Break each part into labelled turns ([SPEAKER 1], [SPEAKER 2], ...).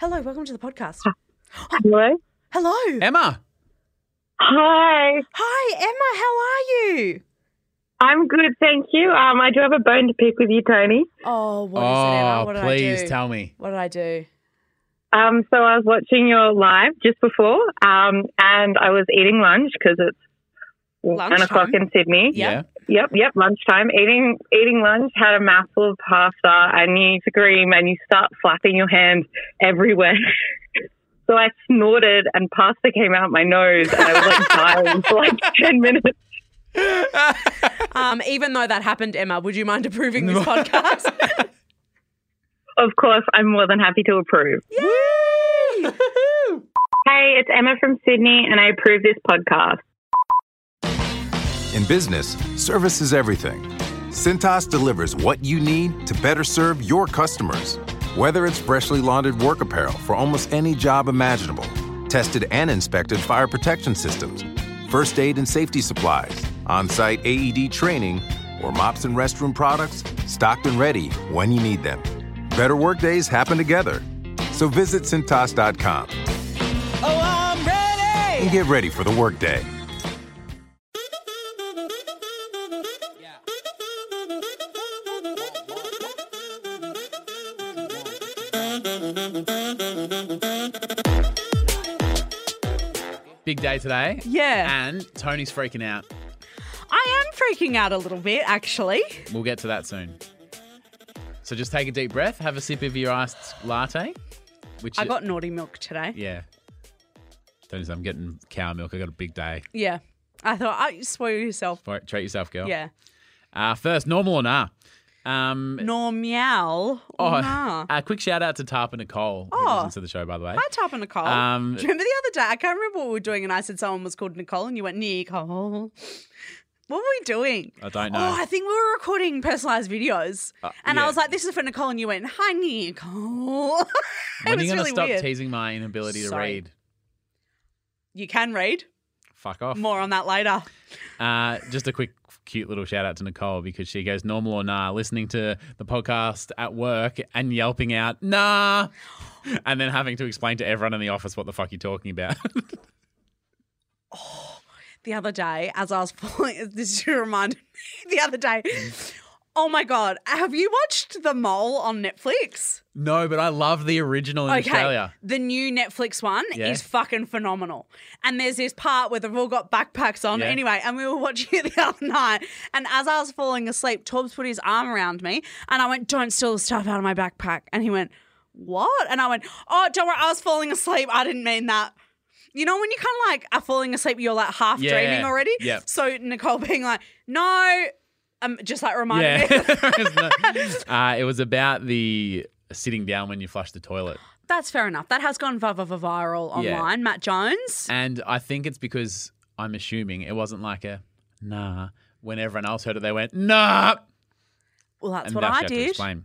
[SPEAKER 1] Hello, welcome to the podcast.
[SPEAKER 2] Hello.
[SPEAKER 1] Hello.
[SPEAKER 3] Emma.
[SPEAKER 2] Hi.
[SPEAKER 1] Hi, Emma. How are you?
[SPEAKER 2] I'm good, thank you. Um, I do have a bone to pick with you, Tony.
[SPEAKER 1] Oh, what is it, Emma?
[SPEAKER 3] oh,
[SPEAKER 1] What did
[SPEAKER 3] please
[SPEAKER 1] I do?
[SPEAKER 3] tell me.
[SPEAKER 1] what did I do?
[SPEAKER 2] Um, so I was watching your live just before, um, and I was eating lunch because it's
[SPEAKER 1] Lunchtime?
[SPEAKER 2] one o'clock in Sydney.
[SPEAKER 1] Yeah.
[SPEAKER 2] Yep, yep, lunchtime. Eating eating lunch, had a mouthful of pasta, and you scream and you start flapping your hands everywhere. so I snorted and pasta came out my nose and I was like dying for like ten minutes.
[SPEAKER 1] Um, even though that happened, Emma, would you mind approving this podcast?
[SPEAKER 2] Of course, I'm more than happy to approve.
[SPEAKER 1] Yay!
[SPEAKER 2] Hey, it's Emma from Sydney and I approve this podcast.
[SPEAKER 4] In business, service is everything. Cintas delivers what you need to better serve your customers. Whether it's freshly laundered work apparel for almost any job imaginable, tested and inspected fire protection systems, first aid and safety supplies, on site AED training, or mops and restroom products stocked and ready when you need them. Better workdays happen together. So visit Cintas.com
[SPEAKER 5] Oh, I'm ready.
[SPEAKER 4] and get ready for the workday.
[SPEAKER 3] Big day today.
[SPEAKER 1] Yeah.
[SPEAKER 3] And Tony's freaking out. Ah.
[SPEAKER 1] I am freaking out a little bit, actually.
[SPEAKER 3] We'll get to that soon. So just take a deep breath, have a sip of your iced latte. Which
[SPEAKER 1] I got naughty milk today.
[SPEAKER 3] Yeah. Tony's I'm getting cow milk. I got a big day.
[SPEAKER 1] Yeah. I thought, I spoil yourself.
[SPEAKER 3] All right, treat yourself, girl.
[SPEAKER 1] Yeah.
[SPEAKER 3] Uh, first, normal or nah? Um,
[SPEAKER 1] Normial.
[SPEAKER 3] oh,
[SPEAKER 1] nah.
[SPEAKER 3] a quick shout out to Tarpa Nicole, who
[SPEAKER 1] Oh.
[SPEAKER 3] listens to the show, by the way.
[SPEAKER 1] Hi, Top and Nicole.
[SPEAKER 3] Um,
[SPEAKER 1] Do you remember the other day? I can't remember what we were doing, and I said someone was called Nicole, and you went Nicole. What were we doing?
[SPEAKER 3] I don't
[SPEAKER 1] Oh,
[SPEAKER 3] know. Uh,
[SPEAKER 1] I think we were recording personalized videos, and I
[SPEAKER 3] yeah.
[SPEAKER 1] was like, "This is for Nicole," and you went, "Hi, Nicole." it
[SPEAKER 3] when are
[SPEAKER 1] was
[SPEAKER 3] you
[SPEAKER 1] really
[SPEAKER 3] to stop
[SPEAKER 1] weird.
[SPEAKER 3] teasing my inability to
[SPEAKER 1] Sorry.
[SPEAKER 3] read?
[SPEAKER 1] you can read
[SPEAKER 3] Fuck off.
[SPEAKER 1] more on that later.
[SPEAKER 3] Uh, just a quick, cute little shout out to Nicole because she goes normal or nah, listening to the podcast at work and yelping out nah, and then having to explain to everyone in the office what the fuck you're talking about.
[SPEAKER 1] The other day, as I was falling, this should remind me. The other day,
[SPEAKER 3] Mm.
[SPEAKER 1] oh my god, have you watched The Mole on Netflix?
[SPEAKER 3] no, but I love the original in Australia.
[SPEAKER 1] The new Netflix one
[SPEAKER 3] Yeah.
[SPEAKER 1] is fucking phenomenal. And there's this part where they've all got backpacks on.
[SPEAKER 3] Yeah.
[SPEAKER 1] Anyway, and we were watching it the other night. And as I was falling asleep, Torbs put his arm around me and I went, Don't steal the stuff out of my backpack. And he went, What? And I went, Oh, don't worry, I was falling asleep. I didn't mean that. You know, when you kind of like are falling asleep, you're like half
[SPEAKER 3] Yeah.
[SPEAKER 1] dreaming already.
[SPEAKER 3] Yep.
[SPEAKER 1] So Nicole being like, No, um, just like reminded me.
[SPEAKER 3] Yeah, uh, it was about the sitting down when you flush the toilet.
[SPEAKER 1] That's fair enough. That has gone va- va- va- viral
[SPEAKER 3] Yeah.
[SPEAKER 1] online. Matt Jones.
[SPEAKER 3] And I think it's because I'm assuming it wasn't like a nah. When everyone else heard it, they went nah.
[SPEAKER 1] Well, that's
[SPEAKER 3] and
[SPEAKER 1] what
[SPEAKER 3] now she
[SPEAKER 1] I
[SPEAKER 3] had To
[SPEAKER 1] did.
[SPEAKER 3] explain.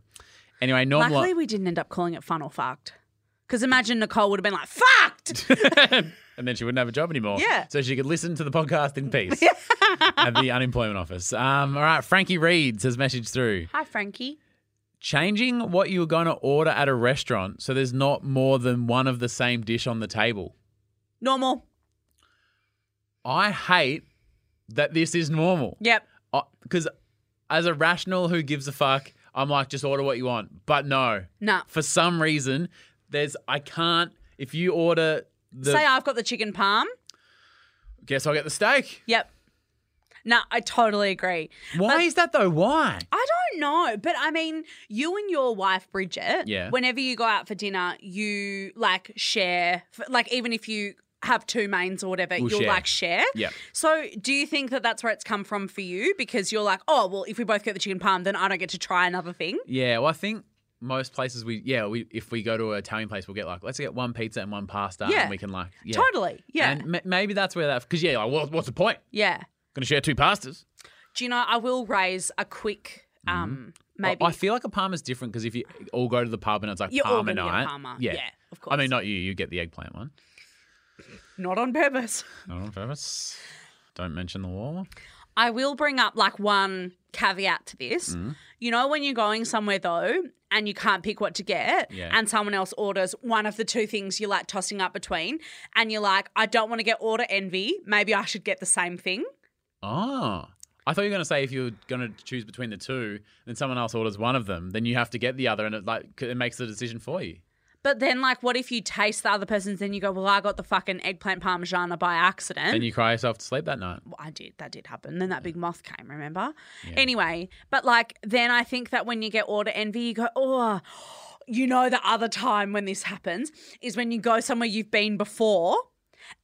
[SPEAKER 3] Anyway, normal.
[SPEAKER 1] Luckily, we didn't end up calling it fun or fucked. Because imagine Nicole would have been like, fucked!
[SPEAKER 3] and then she wouldn't have a job anymore.
[SPEAKER 1] Yeah.
[SPEAKER 3] So she could listen to the podcast in peace at the unemployment office. Um, all right, Frankie Reeds has messaged through.
[SPEAKER 1] Hi, Frankie.
[SPEAKER 3] Changing what you were going to order at a restaurant so there's not more than one of the same dish on the table.
[SPEAKER 1] Normal.
[SPEAKER 3] I hate that this is normal.
[SPEAKER 1] Yep.
[SPEAKER 3] Because as a rational who gives a fuck, I'm like, just order what you want. But no,
[SPEAKER 1] Nah.
[SPEAKER 3] for some reason, there's, I can't, if you order the,
[SPEAKER 1] Say I've got the chicken palm.
[SPEAKER 3] guess I'll get the steak.
[SPEAKER 1] Yep. Nah, I totally agree.
[SPEAKER 3] Why is that though? Why?
[SPEAKER 1] I don't know, but I mean, you and your wife Bridget,
[SPEAKER 3] Yeah.
[SPEAKER 1] whenever you go out for dinner, you like share, f- like even if you have two mains or whatever,
[SPEAKER 3] We'll
[SPEAKER 1] you'll
[SPEAKER 3] share.
[SPEAKER 1] like share.
[SPEAKER 3] Yep.
[SPEAKER 1] So, do you think that that's where it's come from for you? Because you're like, oh, well, if we both get the chicken palm, then I don't get to try another thing.
[SPEAKER 3] Yeah, well, I think most places we yeah we if we go to an Italian place, we'll get like let's get one pizza and one pasta,
[SPEAKER 1] Yeah.
[SPEAKER 3] and we can like yeah.
[SPEAKER 1] Totally. Yeah.
[SPEAKER 3] And ma- maybe that's where that because yeah, like, what, what's the point?
[SPEAKER 1] yeah.
[SPEAKER 3] Going to share two pastas?
[SPEAKER 1] Do you know? I will raise a quick, um, maybe.
[SPEAKER 3] Mm. I, I feel like a parma's different because if you all go to the pub and it's like
[SPEAKER 1] You're all
[SPEAKER 3] parma
[SPEAKER 1] gonna get
[SPEAKER 3] night,
[SPEAKER 1] parma.
[SPEAKER 3] Yeah.
[SPEAKER 1] Yeah, of
[SPEAKER 3] I mean,
[SPEAKER 1] course.
[SPEAKER 3] not you. You get the eggplant one.
[SPEAKER 1] not on purpose.
[SPEAKER 3] Not on purpose. Don't mention the war.
[SPEAKER 1] I will bring up like one caveat to this.
[SPEAKER 3] Mm.
[SPEAKER 1] You know, when you're going somewhere though, and you can't pick what to get,
[SPEAKER 3] Yeah.
[SPEAKER 1] and someone else orders one of the two things you're like tossing up between, and you're like, I don't want to get order envy. Maybe I should get the same thing.
[SPEAKER 3] Ah. I thought you were going to say if you're going to choose between the two, then someone else orders one of them, then you have to get the other, and it like c- it makes the decision for you.
[SPEAKER 1] But then, like, what if you taste the other person's? Then you go, Well, I got the fucking eggplant parmigiana by accident.
[SPEAKER 3] Then you cry yourself to sleep that night.
[SPEAKER 1] Well, I did. That did happen. Then that big moth came, remember? Anyway, but like, then I think that when you get order envy, you go, oh, you know, the other time when this happens is when you go somewhere you've been before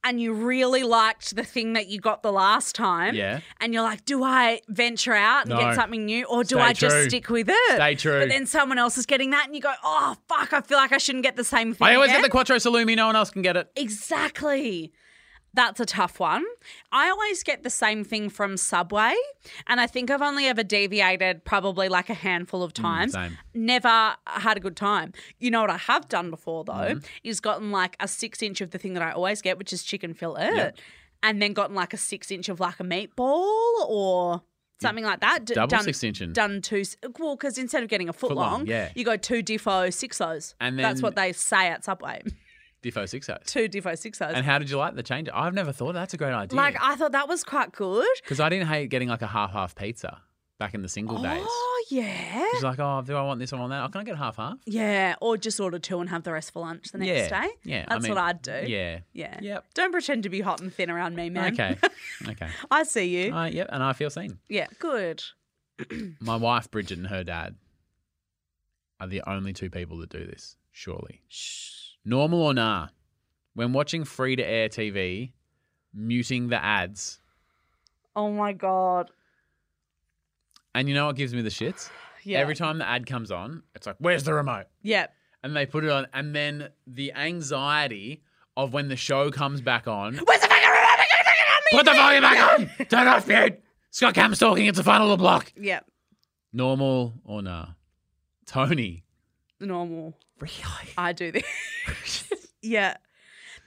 [SPEAKER 1] and you really liked the thing that you got the last time.
[SPEAKER 3] Yeah.
[SPEAKER 1] And you're like, do I venture out and
[SPEAKER 3] No.
[SPEAKER 1] get something new or do
[SPEAKER 3] Stay
[SPEAKER 1] I
[SPEAKER 3] true.
[SPEAKER 1] just stick with it?
[SPEAKER 3] Stay true.
[SPEAKER 1] But then someone else is getting that and you go, oh, fuck, I feel like I shouldn't get the same thing.
[SPEAKER 3] I always
[SPEAKER 1] again."
[SPEAKER 3] get the Quattro Salumi. No one else can get it.
[SPEAKER 1] Exactly. That's a tough one. I always get the same thing from Subway, and I think I've only ever deviated probably like a handful of times.
[SPEAKER 3] Mm, same.
[SPEAKER 1] Never had a good time. You know what I have done before though
[SPEAKER 3] Mm-hmm.
[SPEAKER 1] is gotten like a six inch of the thing that I always get, which is chicken fillet, and then gotten like a six inch of like a meatball or something like that. D-
[SPEAKER 3] Mm. Double
[SPEAKER 1] done,
[SPEAKER 3] six inchen.
[SPEAKER 1] Done two. s- Well, because instead of getting a foot,
[SPEAKER 3] long, yeah.
[SPEAKER 1] you go two defo sixos.
[SPEAKER 3] And
[SPEAKER 1] that's
[SPEAKER 3] then-
[SPEAKER 1] what they say at Subway.
[SPEAKER 3] Defo six O's.
[SPEAKER 1] two defo sixos.
[SPEAKER 3] And how did you like the change? I've never thought that's a great idea.
[SPEAKER 1] Like I thought that was quite good.
[SPEAKER 3] because I didn't hate getting like a half half pizza back in the single days.
[SPEAKER 1] Oh yeah.
[SPEAKER 3] She's like, oh, do I want this one or that? Oh, can I get half half?
[SPEAKER 1] Yeah, or just order two and have the rest for lunch the next
[SPEAKER 3] yeah.
[SPEAKER 1] day.
[SPEAKER 3] Yeah. I
[SPEAKER 1] that's
[SPEAKER 3] mean,
[SPEAKER 1] what I'd do.
[SPEAKER 3] Yeah.
[SPEAKER 1] yeah.
[SPEAKER 3] Yep.
[SPEAKER 1] Don't pretend to be hot and thin around me, man.
[SPEAKER 3] Okay. okay.
[SPEAKER 1] I see you.
[SPEAKER 3] Uh, yep. And I feel seen.
[SPEAKER 1] yeah, good.
[SPEAKER 3] My wife, Bridget, and her dad are the only two people that do this, surely. Normal or nah, when watching free to air TV, muting the ads.
[SPEAKER 1] Oh my god.
[SPEAKER 3] And you know what gives me the shits?
[SPEAKER 1] Yeah.
[SPEAKER 3] Every time the ad comes on, it's like, where's the remote?
[SPEAKER 1] Yeah.
[SPEAKER 3] And they put it on. And then the anxiety of when the show comes back on.
[SPEAKER 1] Where's the fucking
[SPEAKER 3] Put the volume back on! Turn off mute! Scott Camp's talking, it's the final of the block.
[SPEAKER 1] Yeah.
[SPEAKER 3] Normal or nah? Tony.
[SPEAKER 1] Normal.
[SPEAKER 3] Really?
[SPEAKER 1] I do this. yeah.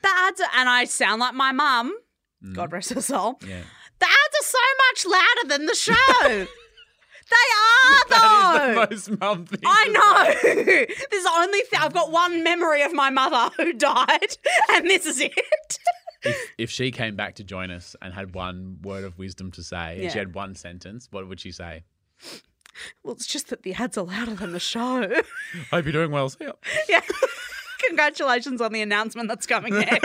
[SPEAKER 1] The ads are, and I sound like my mum.
[SPEAKER 3] Mm.
[SPEAKER 1] God rest her soul.
[SPEAKER 3] Yeah.
[SPEAKER 1] The ads are so much louder than the show. they are though.
[SPEAKER 3] That is the most mum thing.
[SPEAKER 1] I
[SPEAKER 3] to
[SPEAKER 1] know. There's the only thing I've got one memory of my mother who died, and this is it.
[SPEAKER 3] if she came back to join us and had one word of wisdom to say, and
[SPEAKER 1] Yeah.
[SPEAKER 3] she had one sentence, what would she say?
[SPEAKER 1] Well, it's just that the ads are louder than the show.
[SPEAKER 3] Hope you're doing well. See ya.
[SPEAKER 1] yeah. Congratulations on the announcement that's coming next.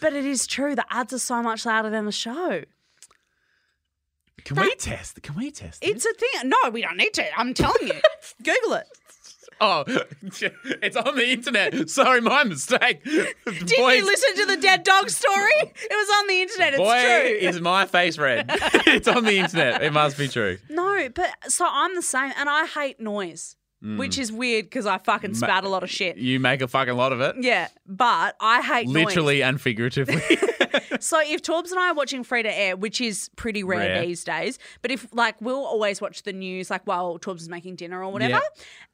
[SPEAKER 1] but it is true. The ads are so much louder than the show.
[SPEAKER 3] Can we test? Can we test?
[SPEAKER 1] It's a thing. No, we don't need to. I'm telling you. Google it.
[SPEAKER 3] oh, it's on the internet. Sorry, my mistake. Did
[SPEAKER 1] Did you listen to the dead dog story? It was on the internet. It's
[SPEAKER 3] Boy,
[SPEAKER 1] true.
[SPEAKER 3] is my face red. it's on the internet. It must be true.
[SPEAKER 1] No, but so I'm the same, and I hate noise,
[SPEAKER 3] Mm.
[SPEAKER 1] which is weird because I fucking spat a lot of shit.
[SPEAKER 3] You make a fucking lot of it.
[SPEAKER 1] Yeah, but I hate noise.
[SPEAKER 3] Literally and figuratively.
[SPEAKER 1] So if Torbs and I are watching free to air, which is pretty rare,
[SPEAKER 3] Rare.
[SPEAKER 1] these days, but if like we'll always watch the news like while Torbs is making dinner or whatever,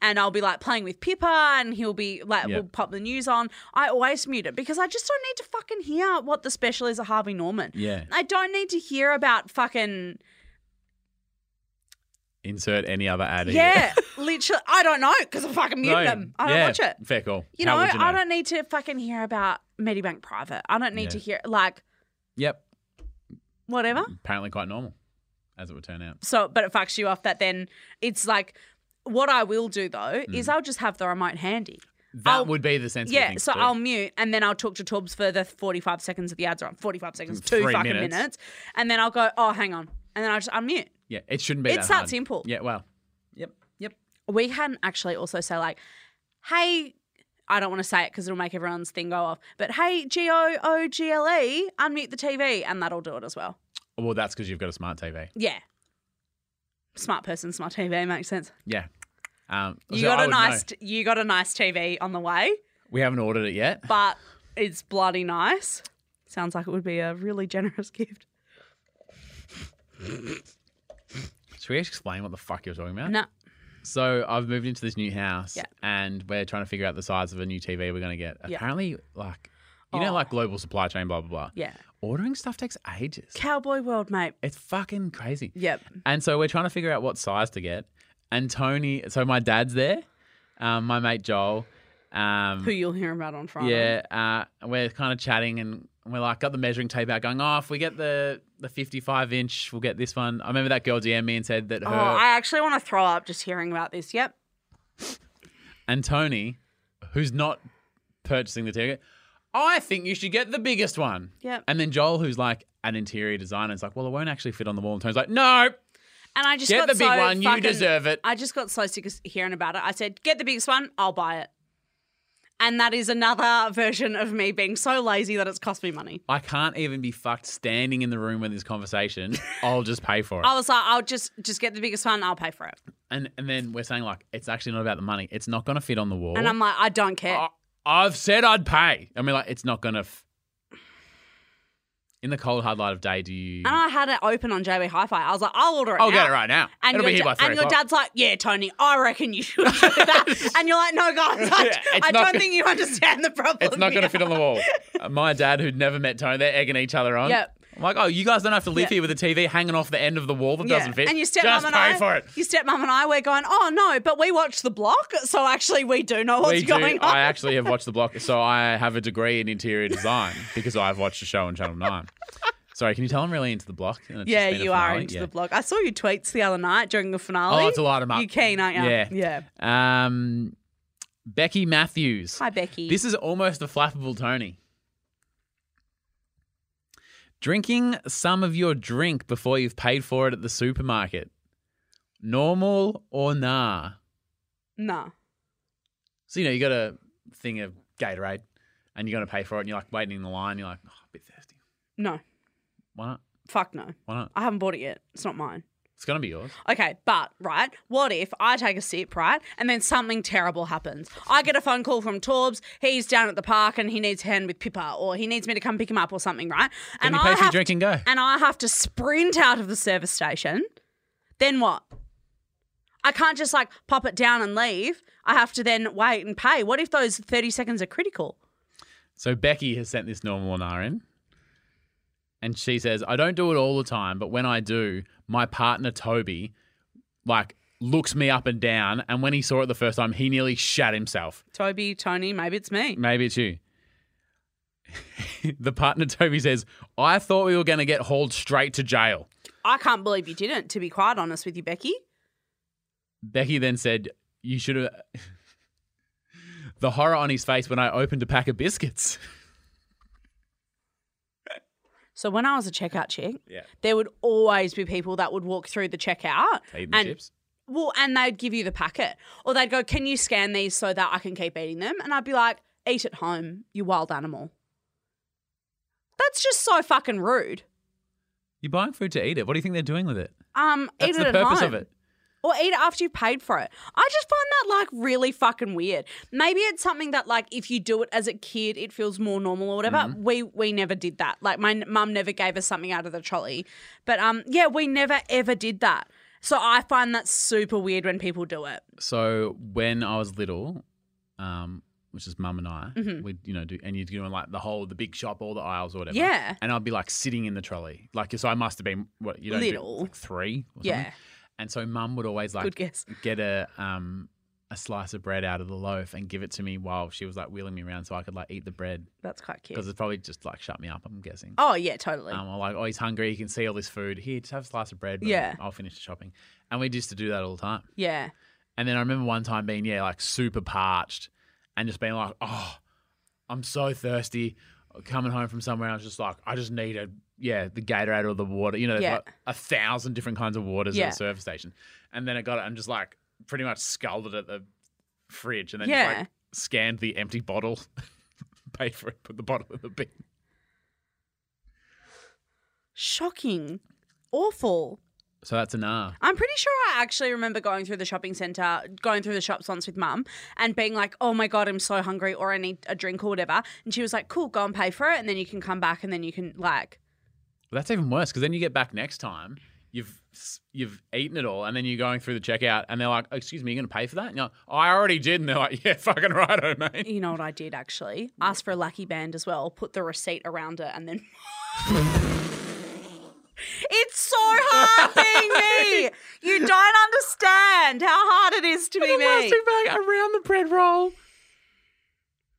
[SPEAKER 1] and I'll be like playing with Pippa, and he'll be like
[SPEAKER 3] Yeah.
[SPEAKER 1] we'll pop the news on. I always mute it because I just don't need to fucking hear what the special is of Harvey Norman.
[SPEAKER 3] Yeah.
[SPEAKER 1] I don't need to hear about fucking
[SPEAKER 3] Insert any other ad. here.
[SPEAKER 1] yeah, literally. I don't know because I fucking mute
[SPEAKER 3] No.
[SPEAKER 1] them. I don't
[SPEAKER 3] Yeah.
[SPEAKER 1] watch it.
[SPEAKER 3] Fair call.
[SPEAKER 1] You
[SPEAKER 3] How
[SPEAKER 1] know,
[SPEAKER 3] would you
[SPEAKER 1] I don't need to fucking hear about Medibank Private. I don't need
[SPEAKER 3] Yeah.
[SPEAKER 1] to hear like
[SPEAKER 3] Yep.
[SPEAKER 1] whatever.
[SPEAKER 3] Apparently quite normal, as it would turn out.
[SPEAKER 1] So, but it fucks you off that then it's like what I will do though
[SPEAKER 3] Hmm.
[SPEAKER 1] is I'll just have the remote handy.
[SPEAKER 3] That
[SPEAKER 1] I'll-
[SPEAKER 3] would be the sensible
[SPEAKER 1] Yeah,
[SPEAKER 3] thing
[SPEAKER 1] so
[SPEAKER 3] to do.
[SPEAKER 1] I'll mute and then I'll talk to Torbs for the 45 seconds of the ads are on. 45 seconds, two
[SPEAKER 3] Three
[SPEAKER 1] fucking
[SPEAKER 3] minutes.
[SPEAKER 1] minutes. And then I'll go, oh, hang on. And then I'll just unmute.
[SPEAKER 3] Yeah, it shouldn't be.
[SPEAKER 1] It's that
[SPEAKER 3] hard.
[SPEAKER 1] simple.
[SPEAKER 3] Yeah. Well. Yep. Yep.
[SPEAKER 1] we can actually also say like, hey, I don't want to say it because it'll make everyone's thing go off. But hey, G O O G L E, unmute the TV, and that'll do it as well.
[SPEAKER 3] Well, that's because you've got a smart TV.
[SPEAKER 1] Yeah, smart person, smart TV makes sense.
[SPEAKER 3] Yeah. Um,
[SPEAKER 1] You
[SPEAKER 3] so I
[SPEAKER 1] got a
[SPEAKER 3] would know.
[SPEAKER 1] nice, you got a nice TV on the way,
[SPEAKER 3] We haven't ordered it yet.
[SPEAKER 1] but it's bloody nice. Sounds like it would be a really generous gift.
[SPEAKER 3] Should we explain what the fuck you're talking about?
[SPEAKER 1] No,
[SPEAKER 3] So I've moved into this new house,
[SPEAKER 1] Yeah.
[SPEAKER 3] and we're trying to figure out the size of a new TV we're going to get.
[SPEAKER 1] Yeah.
[SPEAKER 3] Apparently, like You know,
[SPEAKER 1] Oh.
[SPEAKER 3] like global supply chain, blah, blah, blah.
[SPEAKER 1] Yeah.
[SPEAKER 3] Ordering stuff takes ages.
[SPEAKER 1] Cowboy world, mate.
[SPEAKER 3] It's fucking crazy.
[SPEAKER 1] Yep.
[SPEAKER 3] And so we're trying to figure out what size to get. And Tony, so my dad's there, um, my mate Joel. Um,
[SPEAKER 1] Who you'll hear about on Friday.
[SPEAKER 3] yeah, uh, and we're kind of chatting and we're like, got the measuring tape out going, oh, if we get the, the 55 inch, we'll get this one. I remember that girl DM'd me and said that her
[SPEAKER 1] Oh, I actually want to throw up just hearing about this. Yep.
[SPEAKER 3] and Tony, who's not purchasing the ticket, I think you should get the biggest one.
[SPEAKER 1] Yep.
[SPEAKER 3] And then Joel, who's like an interior designer, is like, well, it won't actually fit on the wall. And Tony's like, no,
[SPEAKER 1] And I just
[SPEAKER 3] get
[SPEAKER 1] got
[SPEAKER 3] the big
[SPEAKER 1] so
[SPEAKER 3] one. You
[SPEAKER 1] fucking-
[SPEAKER 3] deserve it.
[SPEAKER 1] I just got so sick of hearing about it. I said, get the biggest one, I'll buy it. And that is another version of me being so lazy that it's cost me money.
[SPEAKER 3] I can't even be fucked standing in the room with this conversation. I'll just pay for it.
[SPEAKER 1] I was like, I'll just just get the biggest one, I'll pay for it.
[SPEAKER 3] And and then we're saying like, it's actually not about the money. It's not going to fit on the wall.
[SPEAKER 1] And I'm like, I don't care.
[SPEAKER 3] I, I've said I'd pay. I mean, like, it's not going to. F- in the cold hard light of day, do you?
[SPEAKER 1] And I had it open on JB Hi-Fi. I was like, I'll order it.
[SPEAKER 3] I'll
[SPEAKER 1] now.
[SPEAKER 3] get it right now.
[SPEAKER 1] And
[SPEAKER 3] It'll
[SPEAKER 1] your,
[SPEAKER 3] be here
[SPEAKER 1] da-
[SPEAKER 3] by three
[SPEAKER 1] and your
[SPEAKER 3] o'clock.
[SPEAKER 1] dad's like, yeah, Tony, I reckon you should do that. and you're like, no, guys, I,
[SPEAKER 3] Yeah, it's
[SPEAKER 1] I
[SPEAKER 3] not
[SPEAKER 1] don't
[SPEAKER 3] gonna-
[SPEAKER 1] think you understand the problem.
[SPEAKER 3] It's not
[SPEAKER 1] here."
[SPEAKER 3] going to fit on the wall. Uh, My dad, who'd never met Tony, they're egging each other on.
[SPEAKER 1] Yep.
[SPEAKER 3] I'm like, oh, you guys don't have to live
[SPEAKER 1] Yeah.
[SPEAKER 3] here with a TV hanging off the end of the wall that doesn't fit.
[SPEAKER 1] And your stepmom
[SPEAKER 3] Just
[SPEAKER 1] and
[SPEAKER 3] pay
[SPEAKER 1] I,
[SPEAKER 3] for it.
[SPEAKER 1] your stepmom and I, we're going, oh no, but we watched the block, so actually we do know what's
[SPEAKER 3] We do-
[SPEAKER 1] going on.
[SPEAKER 3] I actually have watched the block, so I have a degree in interior design because I've watched a show on Channel Nine. Sorry, can you tell I'm really into the block? And it's
[SPEAKER 1] yeah,
[SPEAKER 3] just been a
[SPEAKER 1] you are
[SPEAKER 3] finale?
[SPEAKER 1] into
[SPEAKER 3] Yeah.
[SPEAKER 1] the block. I saw your tweets the other night during the finale.
[SPEAKER 3] Oh, to light 'em up.
[SPEAKER 1] You keen, aren't you?
[SPEAKER 3] Yeah.
[SPEAKER 1] Yeah.
[SPEAKER 3] Um, Becky Matthews.
[SPEAKER 1] Hi, Becky.
[SPEAKER 3] This is almost the flappable Tony. Drinking some of your drink before you've paid for it at the supermarket. Normal or nah?
[SPEAKER 1] nah.
[SPEAKER 3] So, you know, you got a thing of Gatorade and you're going to pay for it and you're like waiting in the line. You're like, oh, a bit thirsty.
[SPEAKER 1] No.
[SPEAKER 3] Why not?
[SPEAKER 1] Fuck no.
[SPEAKER 3] Why not?
[SPEAKER 1] I haven't bought it yet. It's not mine.
[SPEAKER 3] It's going to be yours.
[SPEAKER 1] Okay, but right, what if I take a sip, right, and then something terrible happens? I get a phone call from Torbs. He's down at the park and he needs a hand with Pippa, or he needs me to come pick him up, or something, right? and
[SPEAKER 3] Then you pay
[SPEAKER 1] I
[SPEAKER 3] for your
[SPEAKER 1] have
[SPEAKER 3] drink and go.
[SPEAKER 1] and I have to sprint out of the service station. Then what? I can't just like pop it down and leave. I have to then wait and pay. What if those thirty seconds are critical?
[SPEAKER 3] So Becky has sent this normal or nah in. And she says, I don't do it all the time, but when I do, my partner Toby, like, looks me up and down. And when he saw it the first time, he nearly shat himself.
[SPEAKER 1] Toby, Tony, maybe it's me.
[SPEAKER 3] Maybe it's you. the partner Toby says, I thought we were going to get hauled straight to jail.
[SPEAKER 1] I can't believe you didn't. To be quite honest with you, Becky.
[SPEAKER 3] Becky then said, You should have. the horror on his face when I opened a pack of biscuits.
[SPEAKER 1] So when I was a checkout chick,
[SPEAKER 3] Yeah.
[SPEAKER 1] there would always be people that would walk through the checkout
[SPEAKER 3] Eating the
[SPEAKER 1] and
[SPEAKER 3] chips.
[SPEAKER 1] well, and they'd give you the packet, or they'd go, "Can you scan these so that I can keep eating them?" And I'd be like, "Eat at home, you wild animal." That's just so fucking rude.
[SPEAKER 3] You're buying food to eat it. What do you think they're doing with it?
[SPEAKER 1] Um,
[SPEAKER 3] That's
[SPEAKER 1] eat
[SPEAKER 3] the
[SPEAKER 1] it at
[SPEAKER 3] purpose
[SPEAKER 1] home.
[SPEAKER 3] of it.
[SPEAKER 1] or eat it after you paid for it. I just find that like really fucking weird. Maybe it's something that like if you do it as a kid, it feels more normal or whatever.
[SPEAKER 3] Mm-hmm.
[SPEAKER 1] We we never did that. Like my n- mum never gave us something out of the trolley, but um yeah, we never ever did that. So I find that super weird when people do it.
[SPEAKER 3] So when I was little, um, which is mum and I,
[SPEAKER 1] Mm-hmm.
[SPEAKER 3] we'd you know do and you'd go in like the whole the big shop, all the aisles or whatever.
[SPEAKER 1] Yeah.
[SPEAKER 3] And I'd be like sitting in the trolley, like so I must have been what you don't do-
[SPEAKER 1] Little.
[SPEAKER 3] like three. Or
[SPEAKER 1] Yeah.
[SPEAKER 3] Something. And so mum would always like
[SPEAKER 1] Good guess.
[SPEAKER 3] get a um a slice of bread out of the loaf and give it to me while she was like wheeling me around so I could like eat the bread
[SPEAKER 1] That's quite
[SPEAKER 3] because
[SPEAKER 1] cute.
[SPEAKER 3] it probably just like shut me up. I'm guessing.
[SPEAKER 1] Oh yeah, totally.
[SPEAKER 3] Um, I'm like, oh, he's hungry. He can see all this food. Here, just have a slice of bread. but
[SPEAKER 1] Yeah.
[SPEAKER 3] I'll finish the shopping. And we used to do that all the time.
[SPEAKER 1] yeah.
[SPEAKER 3] And then I remember one time being, yeah, like super parched and just being like, oh, I'm so thirsty. Coming home from somewhere, I was just like, I just need a, yeah, the Gatorade or the water. You know, there's
[SPEAKER 1] Yeah.
[SPEAKER 3] like a thousand different kinds of waters
[SPEAKER 1] Yeah.
[SPEAKER 3] at a service station. And then I got it and just like pretty much scolded at the fridge and then just
[SPEAKER 1] Yeah.
[SPEAKER 3] like scanned the empty bottle, paid for it, put the bottle in the bin.
[SPEAKER 1] Shocking. Awful.
[SPEAKER 3] So that's a nah.
[SPEAKER 1] I'm pretty sure I actually remember going through the shopping centre, going through the shops once with mum and being like, oh my God, I'm so hungry or I need a drink or whatever. And she was like, cool, go and pay for it. And then you can come back and then you can, like,
[SPEAKER 3] But that's even worse because then you get back next time, you've s- you've eaten it all, and then you're going through the checkout, and they're like, "Excuse me, you're going to pay for that?" And you're like, oh, "I already did," and they're like, "Yeah, fucking righto, mate."
[SPEAKER 1] You know what I did actually? Asked for a lucky band as well, put the receipt around it, and then. it's so hard being me! You don't understand how hard it is to be me.
[SPEAKER 3] Plastic bag around the bread roll.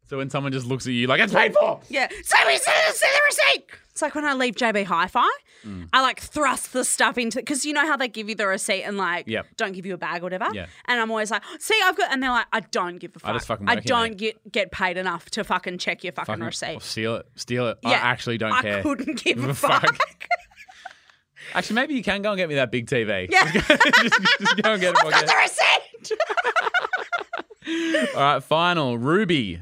[SPEAKER 3] So when someone just looks at you like it's paid for,
[SPEAKER 1] Yeah. So we see the, see the receipt. It's like when I leave JB Hi-Fi,
[SPEAKER 3] Mm.
[SPEAKER 1] I like thrust the stuff into because you know how they give you the receipt and like
[SPEAKER 3] Yep.
[SPEAKER 1] don't give you a bag or whatever.
[SPEAKER 3] Yeah.
[SPEAKER 1] And I'm always like, see, I've got, and they're like, I don't give a fuck.
[SPEAKER 3] I just fucking
[SPEAKER 1] I
[SPEAKER 3] work here,
[SPEAKER 1] don't
[SPEAKER 3] mate."
[SPEAKER 1] get get paid enough to fucking check your fucking,
[SPEAKER 3] fucking
[SPEAKER 1] receipt.
[SPEAKER 3] I'll steal it, steal it. I
[SPEAKER 1] Yeah.
[SPEAKER 3] actually don't
[SPEAKER 1] I
[SPEAKER 3] care.
[SPEAKER 1] couldn't give
[SPEAKER 3] Give
[SPEAKER 1] a
[SPEAKER 3] a fuck.
[SPEAKER 1] fuck.
[SPEAKER 3] Actually, maybe you can go and get me that big TV.
[SPEAKER 1] Yeah.
[SPEAKER 3] just, just go and get it. I'll
[SPEAKER 1] Got
[SPEAKER 3] get
[SPEAKER 1] the
[SPEAKER 3] it.
[SPEAKER 1] receipt.
[SPEAKER 3] All right, final. Ruby.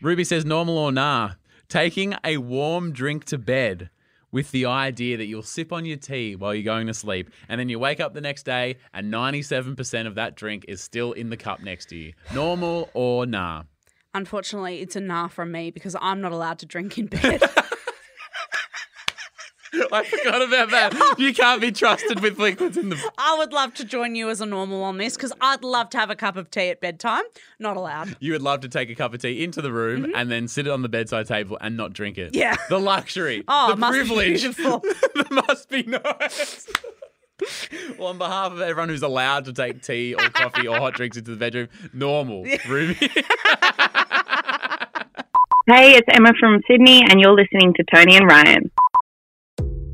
[SPEAKER 3] Ruby says, normal or nah, taking a warm drink to bed with the idea that you'll sip on your tea while you're going to sleep. And then you wake up the next day and 97% of that drink is still in the cup next to you. Normal or nah?
[SPEAKER 1] Unfortunately, it's a nah from me because I'm not allowed to drink in bed.
[SPEAKER 3] I forgot about that. You can't be trusted with liquids in the.
[SPEAKER 1] I would love to join you as a normal on this because I'd love to have a cup of tea at bedtime. Not allowed.
[SPEAKER 3] You would love to take a cup of tea into the room and then sit it on the bedside table and not drink it.
[SPEAKER 1] Mm-hmm. Yeah.
[SPEAKER 3] The luxury.
[SPEAKER 1] Oh,
[SPEAKER 3] the
[SPEAKER 1] it must be
[SPEAKER 3] privilege.
[SPEAKER 1] beautiful.
[SPEAKER 3] that must be nice. well, on behalf of everyone who's allowed to take tea or coffee or hot drinks into the bedroom, normal, Ruby.
[SPEAKER 2] Hey, it's Emma from Sydney, and you're listening to Tony and Ryan.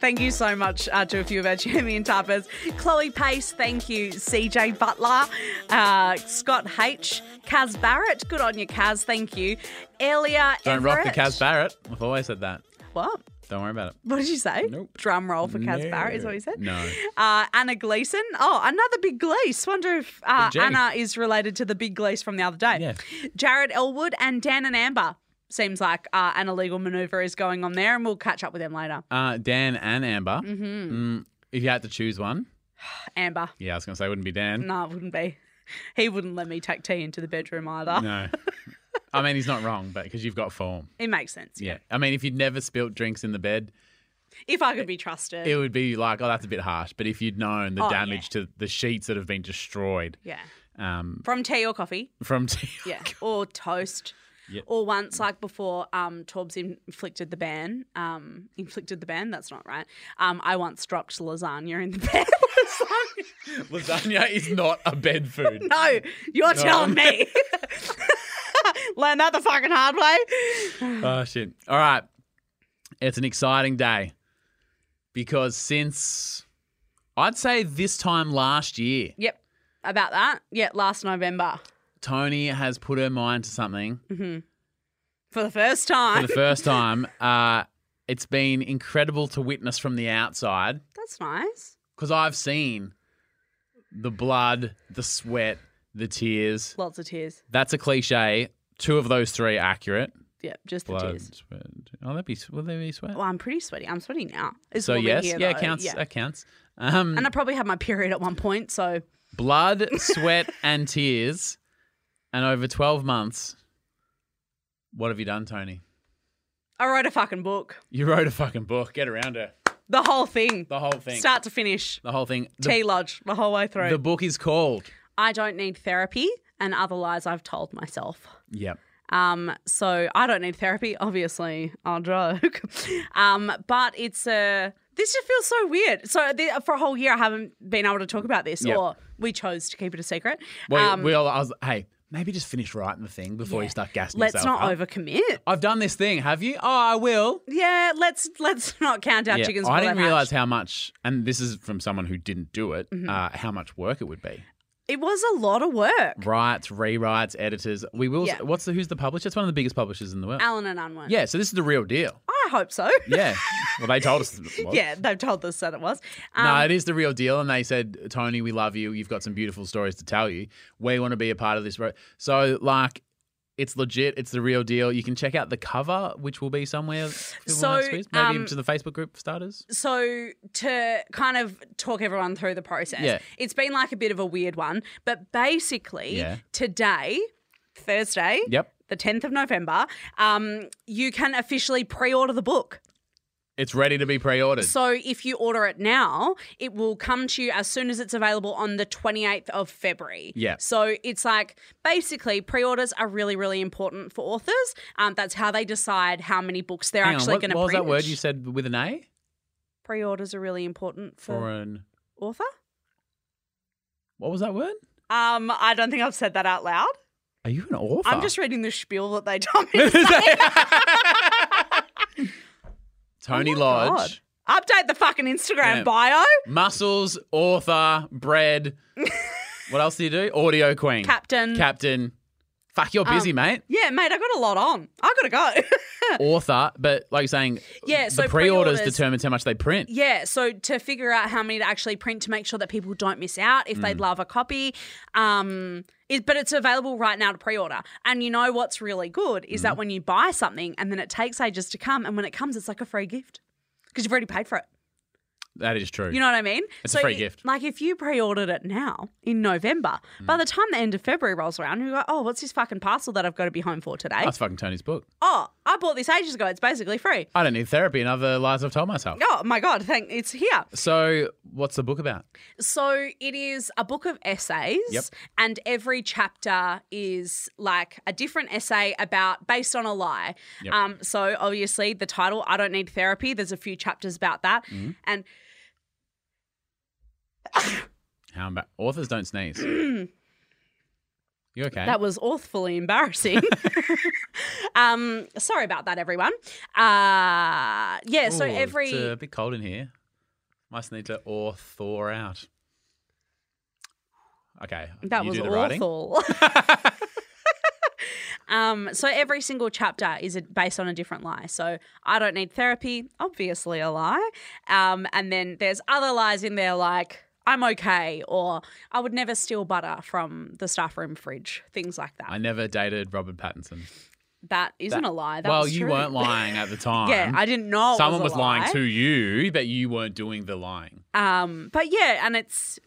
[SPEAKER 1] Thank you so much uh, to a few of our Jamie and Tappers. Chloe Pace, thank you. CJ Butler, uh, Scott H, Kaz Barrett, good on you, Kaz, thank you. Elia
[SPEAKER 3] Don't rock the
[SPEAKER 1] Everett.
[SPEAKER 3] Kaz Barrett. I've always said that.
[SPEAKER 1] What?
[SPEAKER 3] Don't worry about it.
[SPEAKER 1] What did you say?
[SPEAKER 3] Nope.
[SPEAKER 1] Drum roll for Kaz
[SPEAKER 3] No.
[SPEAKER 1] Barrett is what you said?
[SPEAKER 3] No.
[SPEAKER 1] Uh, Anna Gleason. Oh, another big Gleese. Wonder if uh,
[SPEAKER 3] Big G.
[SPEAKER 1] Anna is related to the big Gleese from the other day.
[SPEAKER 3] Yeah.
[SPEAKER 1] Jared Elwood and Dan and Amber. Seems like uh, an illegal maneuver is going on there, and we'll catch up with them later.
[SPEAKER 3] Uh, Dan and Amber.
[SPEAKER 1] Mm-hmm.
[SPEAKER 3] Mm, if you had to choose one,
[SPEAKER 1] Amber.
[SPEAKER 3] yeah, I was going to say it wouldn't be Dan.
[SPEAKER 1] No, it wouldn't be. He wouldn't let me take tea into the bedroom either.
[SPEAKER 3] No. I mean, he's not wrong, but because you've got form.
[SPEAKER 1] It makes sense.
[SPEAKER 3] Yeah. I mean, if you'd never spilt drinks in the bed,
[SPEAKER 1] If I could be trusted.
[SPEAKER 3] it would be like, oh, that's a bit harsh. But if you'd known the
[SPEAKER 1] Oh, yeah.
[SPEAKER 3] damage to the sheets that have been destroyed
[SPEAKER 1] yeah.
[SPEAKER 3] um,
[SPEAKER 1] From tea or coffee.
[SPEAKER 3] from tea.
[SPEAKER 1] Yeah. Or toast.
[SPEAKER 3] Yeah.
[SPEAKER 1] Or once, like before, um, Torbs inflicted the ban. Um, inflicted the ban. That's not right. Um, I once dropped lasagna in the bed.
[SPEAKER 3] Lasagna is not a bed food.
[SPEAKER 1] no, you're telling me. Learn that the fucking hard way.
[SPEAKER 3] Oh, shit. All right. It's an exciting day because since I'd say this time last year,
[SPEAKER 1] Yep. About that. Yeah. Last November,
[SPEAKER 3] Tony has put her mind to something
[SPEAKER 1] for the first
[SPEAKER 3] for
[SPEAKER 1] time.
[SPEAKER 3] the first time. Uh, it's been incredible to witness from the outside.
[SPEAKER 1] That's nice.
[SPEAKER 3] because I've seen the blood, the sweat, the tears.
[SPEAKER 1] Lots of tears.
[SPEAKER 3] That's a cliche. Two of those three accurate.
[SPEAKER 1] Yep. Just the
[SPEAKER 3] Blood,
[SPEAKER 1] tears.
[SPEAKER 3] sweat. Oh, that'd be will there be sweat?
[SPEAKER 1] Well, I'm pretty sweaty. I'm sweaty now. It's
[SPEAKER 3] so
[SPEAKER 1] warming
[SPEAKER 3] yes,
[SPEAKER 1] here,
[SPEAKER 3] yeah,
[SPEAKER 1] though.
[SPEAKER 3] it counts.
[SPEAKER 1] Yeah.
[SPEAKER 3] That counts. Um,
[SPEAKER 1] And I probably had my period at one point, so
[SPEAKER 3] blood, sweat, and tears, and over twelve months. What have you done, Tony?
[SPEAKER 1] I wrote a fucking book.
[SPEAKER 3] You wrote a fucking book. Get around her.
[SPEAKER 1] The whole thing.
[SPEAKER 3] The whole thing.
[SPEAKER 1] Start to finish.
[SPEAKER 3] The whole thing. The,
[SPEAKER 1] Tea lodge the whole way through.
[SPEAKER 3] the book is called.
[SPEAKER 1] I don't need therapy and other lies I've told myself.
[SPEAKER 3] Yep.
[SPEAKER 1] Um, so I don't need therapy, obviously. I'll joke. um, but it's a. This just feels so weird. So the, for a whole year, I haven't been able to talk about this,
[SPEAKER 3] Yeah.
[SPEAKER 1] or we chose to keep it a secret.
[SPEAKER 3] Well,
[SPEAKER 1] Um,
[SPEAKER 3] we all. I was. Hey, maybe just finish writing the thing before you start gassing
[SPEAKER 1] let's
[SPEAKER 3] yourself
[SPEAKER 1] not
[SPEAKER 3] up.
[SPEAKER 1] overcommit.
[SPEAKER 3] I've done this thing. Have you? Oh, I will.
[SPEAKER 1] Yeah, let's let's not count our
[SPEAKER 3] Yeah,
[SPEAKER 1] chickens.
[SPEAKER 3] I
[SPEAKER 1] before
[SPEAKER 3] didn't
[SPEAKER 1] they've
[SPEAKER 3] realize
[SPEAKER 1] hatched.
[SPEAKER 3] how much, and this is from someone who didn't do it,
[SPEAKER 1] Mm-hmm.
[SPEAKER 3] uh, how much work it would be.
[SPEAKER 1] it was a lot of work.
[SPEAKER 3] Writes, rewrites, editors. We will.
[SPEAKER 1] Yeah.
[SPEAKER 3] What's the? Who's the publisher? It's one of the biggest publishers in the world.
[SPEAKER 1] Alan and Unwin.
[SPEAKER 3] yeah. So this is the real deal.
[SPEAKER 1] I hope so.
[SPEAKER 3] Yeah. well, they told us. it was.
[SPEAKER 1] Yeah, um they've told us that it was.
[SPEAKER 3] no, it is the real deal. And they said, Tony, we love you. You've got some beautiful stories to tell you. We want to be a part of this. ro-" So, like, it's legit. It's the real deal. You can check out the cover, which will be somewhere. for
[SPEAKER 1] So,
[SPEAKER 3] next week. maybe
[SPEAKER 1] um,
[SPEAKER 3] to the Facebook group for starters.
[SPEAKER 1] so to kind of talk everyone through the process,
[SPEAKER 3] Yeah.
[SPEAKER 1] it's been like a bit of a weird one, but basically
[SPEAKER 3] Yeah.
[SPEAKER 1] today, Thursday,
[SPEAKER 3] Yep.
[SPEAKER 1] the 10th of November, um, you can officially pre-order the book.
[SPEAKER 3] It's ready to be pre-ordered.
[SPEAKER 1] So if you order it now, it will come to you as soon as it's available on the 28th of February.
[SPEAKER 3] Yeah.
[SPEAKER 1] So it's like basically pre-orders are really really important for authors. Um, that's how they decide how many books they're
[SPEAKER 3] Hang on,
[SPEAKER 1] actually
[SPEAKER 3] what,
[SPEAKER 1] going to
[SPEAKER 3] what was
[SPEAKER 1] print.
[SPEAKER 3] that word you said with an A?
[SPEAKER 1] Pre-orders are really important for,
[SPEAKER 3] For an
[SPEAKER 1] author.
[SPEAKER 3] what was that word?
[SPEAKER 1] Um, I don't think I've said that out loud.
[SPEAKER 3] Are you an author?
[SPEAKER 1] I'm just reading the spiel that they told me.
[SPEAKER 3] Tony
[SPEAKER 1] Oh my
[SPEAKER 3] Lodge,
[SPEAKER 1] God. Update the fucking Instagram
[SPEAKER 3] Yeah.
[SPEAKER 1] bio.
[SPEAKER 3] muscles, author, bread. what else do you do? Audio queen,
[SPEAKER 1] Captain. Um,
[SPEAKER 3] captain. Fuck, you're busy, mate.
[SPEAKER 1] yeah, mate, I got a lot on. I gotta go.
[SPEAKER 3] Author, but like you're saying,
[SPEAKER 1] Yeah,
[SPEAKER 3] the
[SPEAKER 1] so
[SPEAKER 3] pre-orders,
[SPEAKER 1] pre-orders-
[SPEAKER 3] determines how much they print.
[SPEAKER 1] Yeah, so to figure out how many to actually print to make sure that people don't miss out if
[SPEAKER 3] Mm.
[SPEAKER 1] they'd love a copy. Um, it, but it's available right now to pre order. And you know what's really good is
[SPEAKER 3] Mm.
[SPEAKER 1] that when you buy something and then it takes ages to come, and when it comes, it's like a free gift because you've already paid for it.
[SPEAKER 3] That is true.
[SPEAKER 1] You know what I mean?
[SPEAKER 3] It's a free
[SPEAKER 1] i-
[SPEAKER 3] gift. Mm.
[SPEAKER 1] Like if you pre-ordered it now in November, by the time the end of February rolls around, you go, "Oh, what's this fucking parcel that I've got to be home for today?"
[SPEAKER 3] that's fucking Tony's book.
[SPEAKER 1] oh, I bought this ages ago. It's basically free.
[SPEAKER 3] I don't need therapy and other lies I've told myself.
[SPEAKER 1] Oh my god, thank it's here.
[SPEAKER 3] So, what's the book about?
[SPEAKER 1] So it is a book of essays,
[SPEAKER 3] Yep.
[SPEAKER 1] and every chapter is like a different essay about based on a lie.
[SPEAKER 3] Yep.
[SPEAKER 1] Um, so obviously the title, I don't need therapy. There's a few chapters about that,
[SPEAKER 3] Mm-hmm.
[SPEAKER 1] and
[SPEAKER 3] How about authors don't sneeze? you okay?
[SPEAKER 1] That was awfully embarrassing. um, sorry about that, everyone. Uh, yeah, so
[SPEAKER 3] Ooh,
[SPEAKER 1] every.
[SPEAKER 3] It's a bit cold in here. Must need to author out. Okay.
[SPEAKER 1] that
[SPEAKER 3] you
[SPEAKER 1] was
[SPEAKER 3] do the writing.
[SPEAKER 1] awful. um, so every single chapter is a- based on a different lie. So I don't need therapy, obviously a lie. Um, and then there's other lies in there like I'm okay or I would never steal butter from the staff room fridge, things like that.
[SPEAKER 3] I never dated Robert Pattinson.
[SPEAKER 1] that isn't a lie. That
[SPEAKER 3] well,
[SPEAKER 1] was
[SPEAKER 3] you
[SPEAKER 1] true.
[SPEAKER 3] weren't lying at the time.
[SPEAKER 1] yeah, I didn't know. it
[SPEAKER 3] Someone
[SPEAKER 1] a
[SPEAKER 3] was, lying
[SPEAKER 1] lie.
[SPEAKER 3] to you, but you weren't doing the lying.
[SPEAKER 1] Um, but yeah, and it's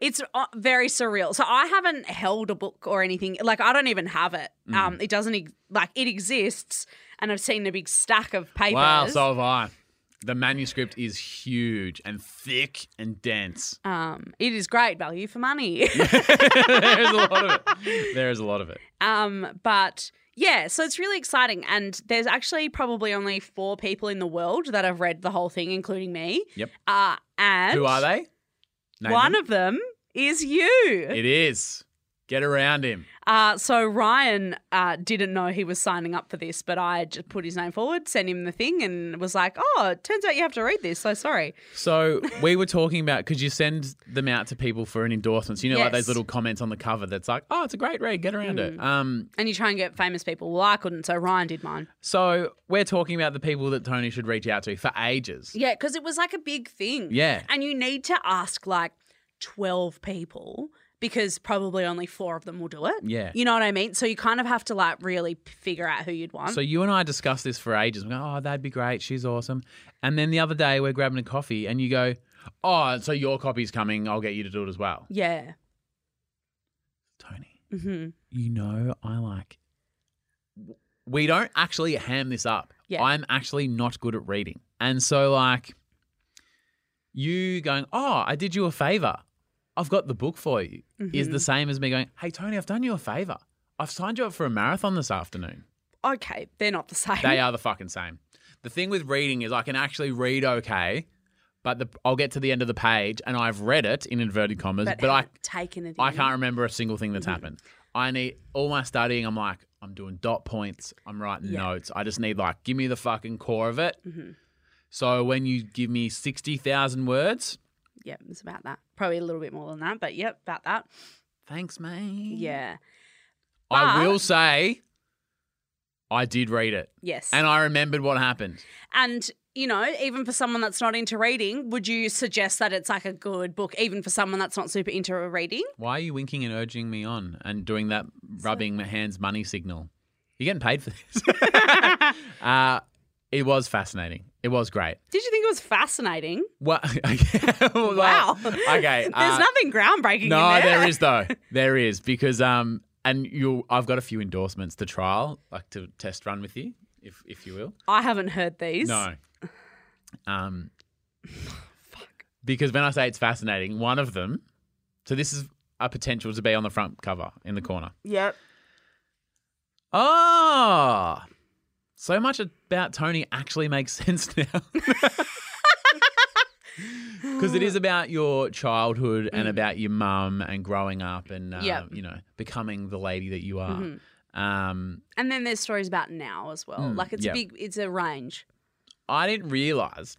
[SPEAKER 1] it's uh, very surreal. So I haven't held a book or anything. Like I don't even have it.
[SPEAKER 3] Mm.
[SPEAKER 1] Um, it doesn't ex- like it exists, and I've seen a big stack of papers.
[SPEAKER 3] Wow, so have I. The manuscript is huge and thick and dense.
[SPEAKER 1] um, it is great value for money.
[SPEAKER 3] there is a lot of it. There is a lot of it.
[SPEAKER 1] um, but. Yeah, so it's really exciting. And there's actually probably only four people in the world that have read the whole thing, including me.
[SPEAKER 3] Yep.
[SPEAKER 1] Uh, and
[SPEAKER 3] Who are they? Name
[SPEAKER 1] One
[SPEAKER 3] them.
[SPEAKER 1] of them is you.
[SPEAKER 3] it is. Get around him.
[SPEAKER 1] Uh, so Ryan uh, didn't know he was signing up for this, but I just put his name forward, sent him the thing, and was like, "Oh, it turns out you have to read this." So sorry.
[SPEAKER 3] So we were talking about could you send them out to people for an endorsement? So you know, like
[SPEAKER 1] Yes. Mm.
[SPEAKER 3] those little comments on the cover that's like, "Oh, it's a great read. Get around it." Um,
[SPEAKER 1] And you try and get famous people. Well, I couldn't, so Ryan did mine.
[SPEAKER 3] so we're talking about the people that Tony should reach out to for ages.
[SPEAKER 1] Yeah, because it was like a big thing.
[SPEAKER 3] Yeah.
[SPEAKER 1] and you need to ask like twelve people because probably only four of them will do it.
[SPEAKER 3] Yeah.
[SPEAKER 1] you know what I mean. So you kind of have to like really p- figure out who you'd want.
[SPEAKER 3] So you and I discussed this for ages. We go, "Oh, that'd be great. She's awesome." And then the other day we're grabbing a coffee, and you go, "Oh, so your copy's coming. I'll get you to do it as well."
[SPEAKER 1] yeah.
[SPEAKER 3] Tony,
[SPEAKER 1] hmm
[SPEAKER 3] you know I like. We don't actually ham this up.
[SPEAKER 1] Yeah.
[SPEAKER 3] I'm actually not good at reading And so, like, you going, Oh, I did you a favor. I've got the book for you, is the same as me going, Hey, Tony, I've done you a favor. I've signed you up for a marathon this afternoon.
[SPEAKER 1] Okay, they're not the same.
[SPEAKER 3] They are the fucking same. The thing with reading is I can actually read okay, but the, I'll get to the end of the page and I've read it in inverted commas, but, I,
[SPEAKER 1] haven't taken it.
[SPEAKER 3] I
[SPEAKER 1] in.
[SPEAKER 3] can't remember a single thing that's happened. I need all my studying. I'm like, I'm doing dot points. I'm writing notes. I just need like, give me the fucking core of it.
[SPEAKER 1] Mm-hmm.
[SPEAKER 3] So when you give me sixty thousand words,
[SPEAKER 1] Yep, it's about that. Probably a little bit more than that, but yep, about that.
[SPEAKER 3] thanks, mate.
[SPEAKER 1] Yeah.
[SPEAKER 3] I
[SPEAKER 1] But-
[SPEAKER 3] will say, I did read it,
[SPEAKER 1] Yes.
[SPEAKER 3] and I remembered what happened.
[SPEAKER 1] And you know, even for someone that's not into reading, would you suggest that it's like a good book, even for someone that's not super into reading?
[SPEAKER 3] Why are you winking and urging me on and doing that rubbing my hands money signal? You're getting paid for this. uh, it was fascinating. It was great.
[SPEAKER 1] Did you think it was fascinating?
[SPEAKER 3] What? well,
[SPEAKER 1] Wow.
[SPEAKER 3] Okay.
[SPEAKER 1] There's
[SPEAKER 3] uh,
[SPEAKER 1] nothing groundbreaking.
[SPEAKER 3] No,
[SPEAKER 1] in there.
[SPEAKER 3] there is though. There is because um, and you, I've got a few endorsements to trial, like to test run with you, if if you will.
[SPEAKER 1] I haven't heard these.
[SPEAKER 3] No. Um, because when I say it's fascinating, one of them, so this is a potential to be on the front cover in the corner.
[SPEAKER 1] Yep.
[SPEAKER 3] Oh, so much about Tony actually makes sense now. Because it is about your childhood and about your mum and growing up and, uh,
[SPEAKER 1] Mm. Yep. Mm-hmm.
[SPEAKER 3] you know, becoming the lady that you are. Um,
[SPEAKER 1] And then there's stories about now as well.
[SPEAKER 3] Mm,
[SPEAKER 1] like it's
[SPEAKER 3] yeah.
[SPEAKER 1] a big, it's a range.
[SPEAKER 3] I didn't realize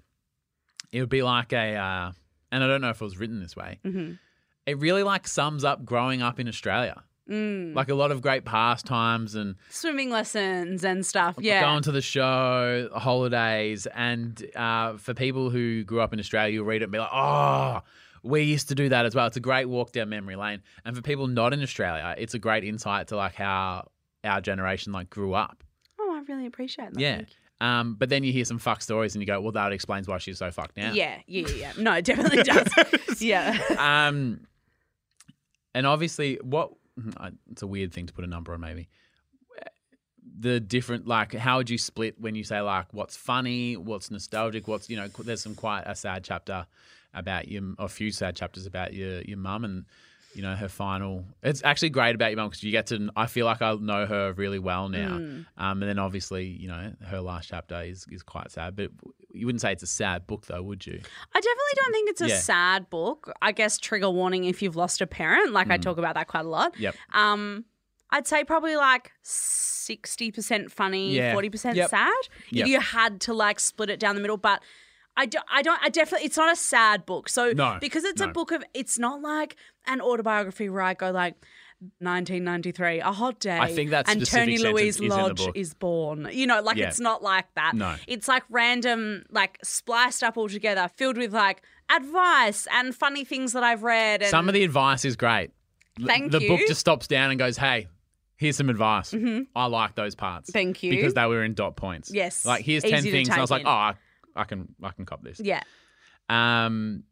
[SPEAKER 3] it would be like a, uh, and I don't know if it was written this way,
[SPEAKER 1] Mhm.
[SPEAKER 3] it really like sums up growing up in Australia.
[SPEAKER 1] Mm.
[SPEAKER 3] Like a lot of great pastimes and
[SPEAKER 1] Swimming lessons and stuff. Yeah.
[SPEAKER 3] going to the show, holidays, and uh, for people who grew up in Australia, you'll read it and be like, oh, we used to do that as well. It's a great walk down memory lane. And for people not in Australia, it's a great insight to like how our generation like grew up.
[SPEAKER 1] oh, I really appreciate that.
[SPEAKER 3] yeah.
[SPEAKER 1] Thank you.
[SPEAKER 3] Um, but then you hear some fuck stories and you go, well, that explains why she's so fucked now.
[SPEAKER 1] Yeah. Yeah. Yeah. yeah. No, it definitely does. yeah.
[SPEAKER 3] Um, and obviously, what mm, I- it's a weird thing to put a number on, maybe. The different, like, how would you split when you say, like, what's funny, what's nostalgic, what's, you know, qu- there's some quite a sad chapter about your, or a few sad chapters about your, your mum and, you know, her final. It's actually great about your mum because you get to, I feel like I know her really well now. Um, and then obviously, you know, her last chapter is, is quite sad, but you wouldn't say it's a sad book though, would you?
[SPEAKER 1] I definitely don't think it's a
[SPEAKER 3] Yeah.
[SPEAKER 1] sad book. I guess trigger warning if you've lost a parent, like I talk about that quite a lot.
[SPEAKER 3] Mm. Yep.
[SPEAKER 1] Um, I'd say probably like sixty percent funny,
[SPEAKER 3] Yeah.
[SPEAKER 1] forty percent
[SPEAKER 3] Yep.
[SPEAKER 1] sad.
[SPEAKER 3] Yep.
[SPEAKER 1] If you had to like split it down the middle, but I, do, I don't I definitely it's not a sad book. So
[SPEAKER 3] No,
[SPEAKER 1] because it's a
[SPEAKER 3] no.
[SPEAKER 1] book of it's not like an autobiography where I go like. 1993, a hot day.
[SPEAKER 3] think that
[SPEAKER 1] and
[SPEAKER 3] specific
[SPEAKER 1] Tony
[SPEAKER 3] sentence
[SPEAKER 1] Louise
[SPEAKER 3] is in the
[SPEAKER 1] Lodge
[SPEAKER 3] book.
[SPEAKER 1] is born. You know, like
[SPEAKER 3] Yeah.
[SPEAKER 1] it's not like that.
[SPEAKER 3] No.
[SPEAKER 1] It's like random, like spliced up all together, filled with like advice and funny things that I've read. And
[SPEAKER 3] Some of the advice is great. L-
[SPEAKER 1] Thank
[SPEAKER 3] the book
[SPEAKER 1] you. Mm-hmm.
[SPEAKER 3] just stops down and goes, "Hey, here's some advice. I like those parts.
[SPEAKER 1] Thank you.
[SPEAKER 3] because they were in dot points.
[SPEAKER 1] Yes.
[SPEAKER 3] like here's
[SPEAKER 1] Easy
[SPEAKER 3] ten
[SPEAKER 1] to
[SPEAKER 3] things. And I
[SPEAKER 1] take
[SPEAKER 3] was like,
[SPEAKER 1] in.
[SPEAKER 3] oh, I, I can, I can cop this.
[SPEAKER 1] yeah.
[SPEAKER 3] Um,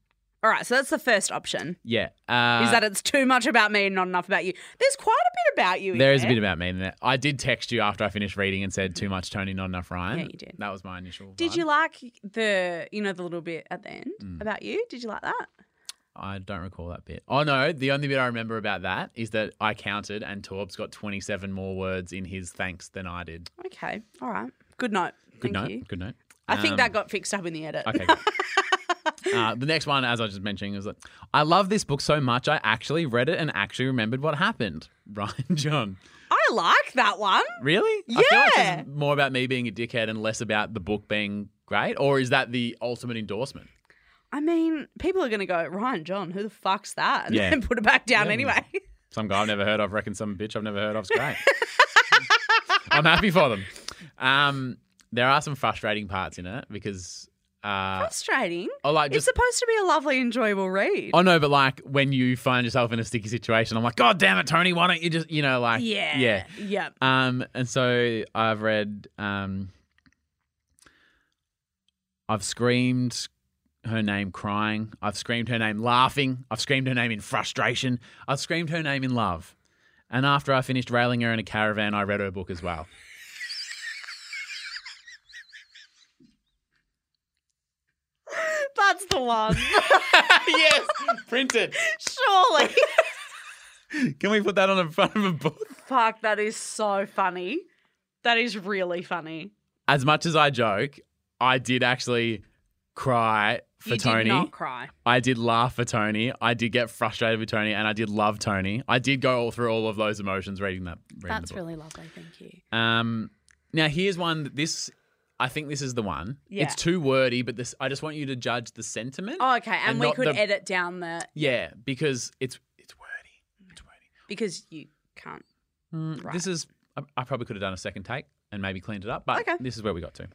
[SPEAKER 1] All right. So that's the first option.
[SPEAKER 3] yeah. Uh,
[SPEAKER 1] Is that it's too much about me and not enough about you? There's quite a bit about you. in
[SPEAKER 3] there is a bit about me in there. I did text you after I finished reading and said, "Too much Tony, not enough Ryan."
[SPEAKER 1] Yeah, you did.
[SPEAKER 3] That was my initial.
[SPEAKER 1] Did
[SPEAKER 3] vibe.
[SPEAKER 1] you like the you know the little bit at the end
[SPEAKER 3] Mm.
[SPEAKER 1] about you? Did you like that?
[SPEAKER 3] I don't recall that bit. Oh no, the only bit I remember about that is that I counted and Torb's got twenty-seven more words in his thanks than I did.
[SPEAKER 1] Okay. All right. Good note.
[SPEAKER 3] Good
[SPEAKER 1] Thank
[SPEAKER 3] note.
[SPEAKER 1] you.
[SPEAKER 3] Good note.
[SPEAKER 1] I think that
[SPEAKER 3] Um,
[SPEAKER 1] got fixed up in the edit.
[SPEAKER 3] Okay. good. uh, the next one, as I was just mentioning, is like, I love this book so much. I actually read it and actually remembered what happened. Ryan John,
[SPEAKER 1] I like that one.
[SPEAKER 3] really? I feel like
[SPEAKER 1] Yeah.
[SPEAKER 3] this is more about me being a dickhead and less about the book being great, or is that the ultimate endorsement?
[SPEAKER 1] I mean, people are going to go, Ryan John, who the fuck's that? And
[SPEAKER 3] Yeah.
[SPEAKER 1] then put it back down
[SPEAKER 3] Yeah.
[SPEAKER 1] anyway.
[SPEAKER 3] Some guy I've never heard of, reckon some bitch I've never heard of's great. I'm happy for them. Um, there are some frustrating parts in it because, uh,
[SPEAKER 1] Frustrating.
[SPEAKER 3] oh, like
[SPEAKER 1] it's
[SPEAKER 3] just
[SPEAKER 1] supposed to be a lovely, enjoyable read.
[SPEAKER 3] Oh no, but like when you find yourself in a sticky situation, I'm like, God damn it, Tony, why don't you just you know like
[SPEAKER 1] yeah.
[SPEAKER 3] yeah.
[SPEAKER 1] Yeah.
[SPEAKER 3] Um, and so I've read, um, I've screamed her name crying. I've screamed her name laughing. I've screamed her name in frustration. I've screamed her name in love. And after I finished railing her in a caravan, I read her book as well.
[SPEAKER 1] That's the one.
[SPEAKER 3] yes, printed.
[SPEAKER 1] Surely.
[SPEAKER 3] Can we put that on the front of a book?
[SPEAKER 1] Fuck, that is so funny. That is really funny.
[SPEAKER 3] As much as I joke, I did actually cry for
[SPEAKER 1] you
[SPEAKER 3] Tony.
[SPEAKER 1] did not cry.
[SPEAKER 3] I did laugh for Tony. I did get frustrated with Tony, and I did love Tony. I did go all through all of those emotions reading that. Reading
[SPEAKER 1] That's
[SPEAKER 3] the book.
[SPEAKER 1] really lovely. Thank you.
[SPEAKER 3] Um, now here's one. That this, I think this is the one.
[SPEAKER 1] Yeah.
[SPEAKER 3] It's too wordy, but this. I just want you to judge the sentiment.
[SPEAKER 1] Oh, okay. And,
[SPEAKER 3] And
[SPEAKER 1] we
[SPEAKER 3] not
[SPEAKER 1] could
[SPEAKER 3] the-
[SPEAKER 1] edit down the
[SPEAKER 3] Yeah, because it's it's wordy. It's wordy.
[SPEAKER 1] because you can't.
[SPEAKER 3] Mm,
[SPEAKER 1] Right.
[SPEAKER 3] This is. I, I probably could have done a second take and maybe cleaned it up, but
[SPEAKER 1] Okay.
[SPEAKER 3] this is where we got to.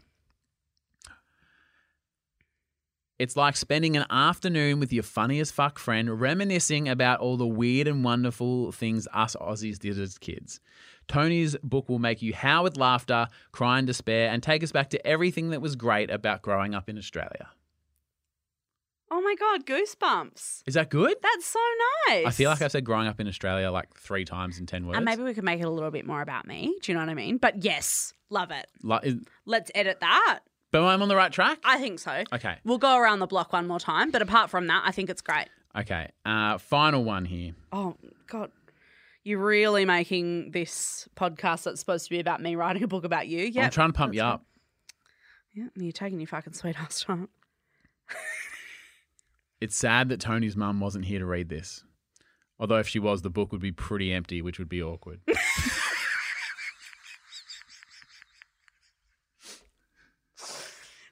[SPEAKER 3] It's like spending an afternoon with your funny as fuck friend reminiscing about all the weird and wonderful things us Aussies did as kids. Tony's book will make you howl with laughter, cry in despair, and take us back to everything that was great about growing up in Australia.
[SPEAKER 1] Oh my god, goosebumps.
[SPEAKER 3] Is that good?
[SPEAKER 1] That's so nice.
[SPEAKER 3] I feel like I've said growing up in Australia like three times in 10 words.
[SPEAKER 1] And maybe we could make it a little bit more about me. Do you know what I mean? But yes, love it.
[SPEAKER 3] Like, is-
[SPEAKER 1] Let's edit that.
[SPEAKER 3] but I'm on the right track?
[SPEAKER 1] I think so.
[SPEAKER 3] Okay.
[SPEAKER 1] We'll go around the block one more time, but apart from that, I think it's great.
[SPEAKER 3] Okay. Uh, final one here.
[SPEAKER 1] Oh god. You're really making this podcast that's supposed to be about me writing a book about you. Yeah.
[SPEAKER 3] I'm trying to pump you up.
[SPEAKER 1] yeah, you're taking your fucking sweet ass time.
[SPEAKER 3] It's sad that Tony's mum wasn't here to read this. Although if she was, the book would be pretty empty, which would be awkward.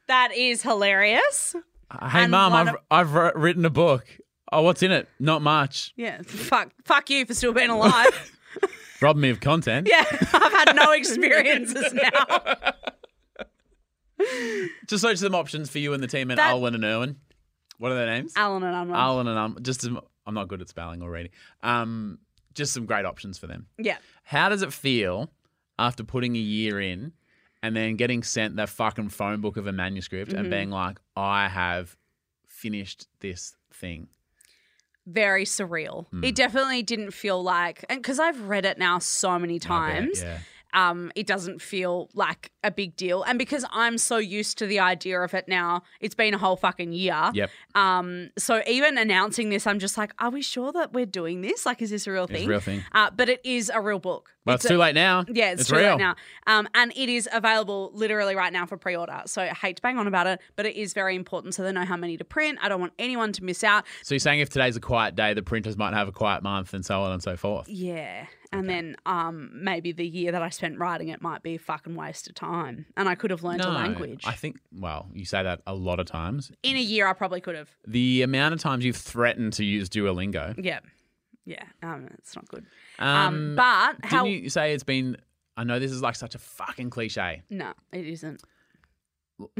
[SPEAKER 1] That is hilarious.
[SPEAKER 3] Uh, hey,
[SPEAKER 1] And
[SPEAKER 3] mum,
[SPEAKER 1] one
[SPEAKER 3] I've, I've wr- written a book. Oh, what's in it? Not much.
[SPEAKER 1] Yeah. Fuck fuck you for still being alive.
[SPEAKER 3] Rob me of content.
[SPEAKER 1] Yeah, I've had no experiences now.
[SPEAKER 3] Just search some options for you and the team at
[SPEAKER 1] That-
[SPEAKER 3] Alwyn and Irwin. What are their names?
[SPEAKER 1] Alan and I'm like,
[SPEAKER 3] Alwyn and um, just some, I'm not good at spelling already. Um, just some great options for them.
[SPEAKER 1] yeah.
[SPEAKER 3] How does it feel after putting a year in and then getting sent that fucking phone book of a manuscript
[SPEAKER 1] Mm-hmm.
[SPEAKER 3] and being like, I have finished this thing?
[SPEAKER 1] Very surreal.
[SPEAKER 3] Hmm.
[SPEAKER 1] It definitely didn't feel like, and because I've read it now so many times,
[SPEAKER 3] Yeah.
[SPEAKER 1] um, it doesn't feel like a big deal. And because I'm so used to the idea of it now, it's been a whole fucking year.
[SPEAKER 3] Yep.
[SPEAKER 1] Um, so even announcing this, I'm just like, are we sure that we're doing this? Like, is this a real
[SPEAKER 3] It's
[SPEAKER 1] thing?
[SPEAKER 3] a real thing.
[SPEAKER 1] Uh, but it is a real book.
[SPEAKER 3] Well, it's,
[SPEAKER 1] a-
[SPEAKER 3] too late now.
[SPEAKER 1] Yeah, it's, true
[SPEAKER 3] real.
[SPEAKER 1] right now. Um, and it is available literally right now for pre order. So I hate to bang on about it, but it is very important so they know how many to print. I don't want anyone to miss out.
[SPEAKER 3] So you're saying if today's a quiet day, the printers might have a quiet month and so on and so forth.
[SPEAKER 1] Yeah. And then um, maybe the year that I spent writing it might be a fucking waste of time. And I could have learned a language.
[SPEAKER 3] I think, well, you say that a lot of times.
[SPEAKER 1] In a year, I probably could have.
[SPEAKER 3] The amount of times you've threatened to use Duolingo.
[SPEAKER 1] Yeah. Yeah. Um, it's not good. Um,
[SPEAKER 3] Um,
[SPEAKER 1] but
[SPEAKER 3] didn't
[SPEAKER 1] how.
[SPEAKER 3] you say it's been, I know this is like such a fucking cliche,
[SPEAKER 1] No, it isn't.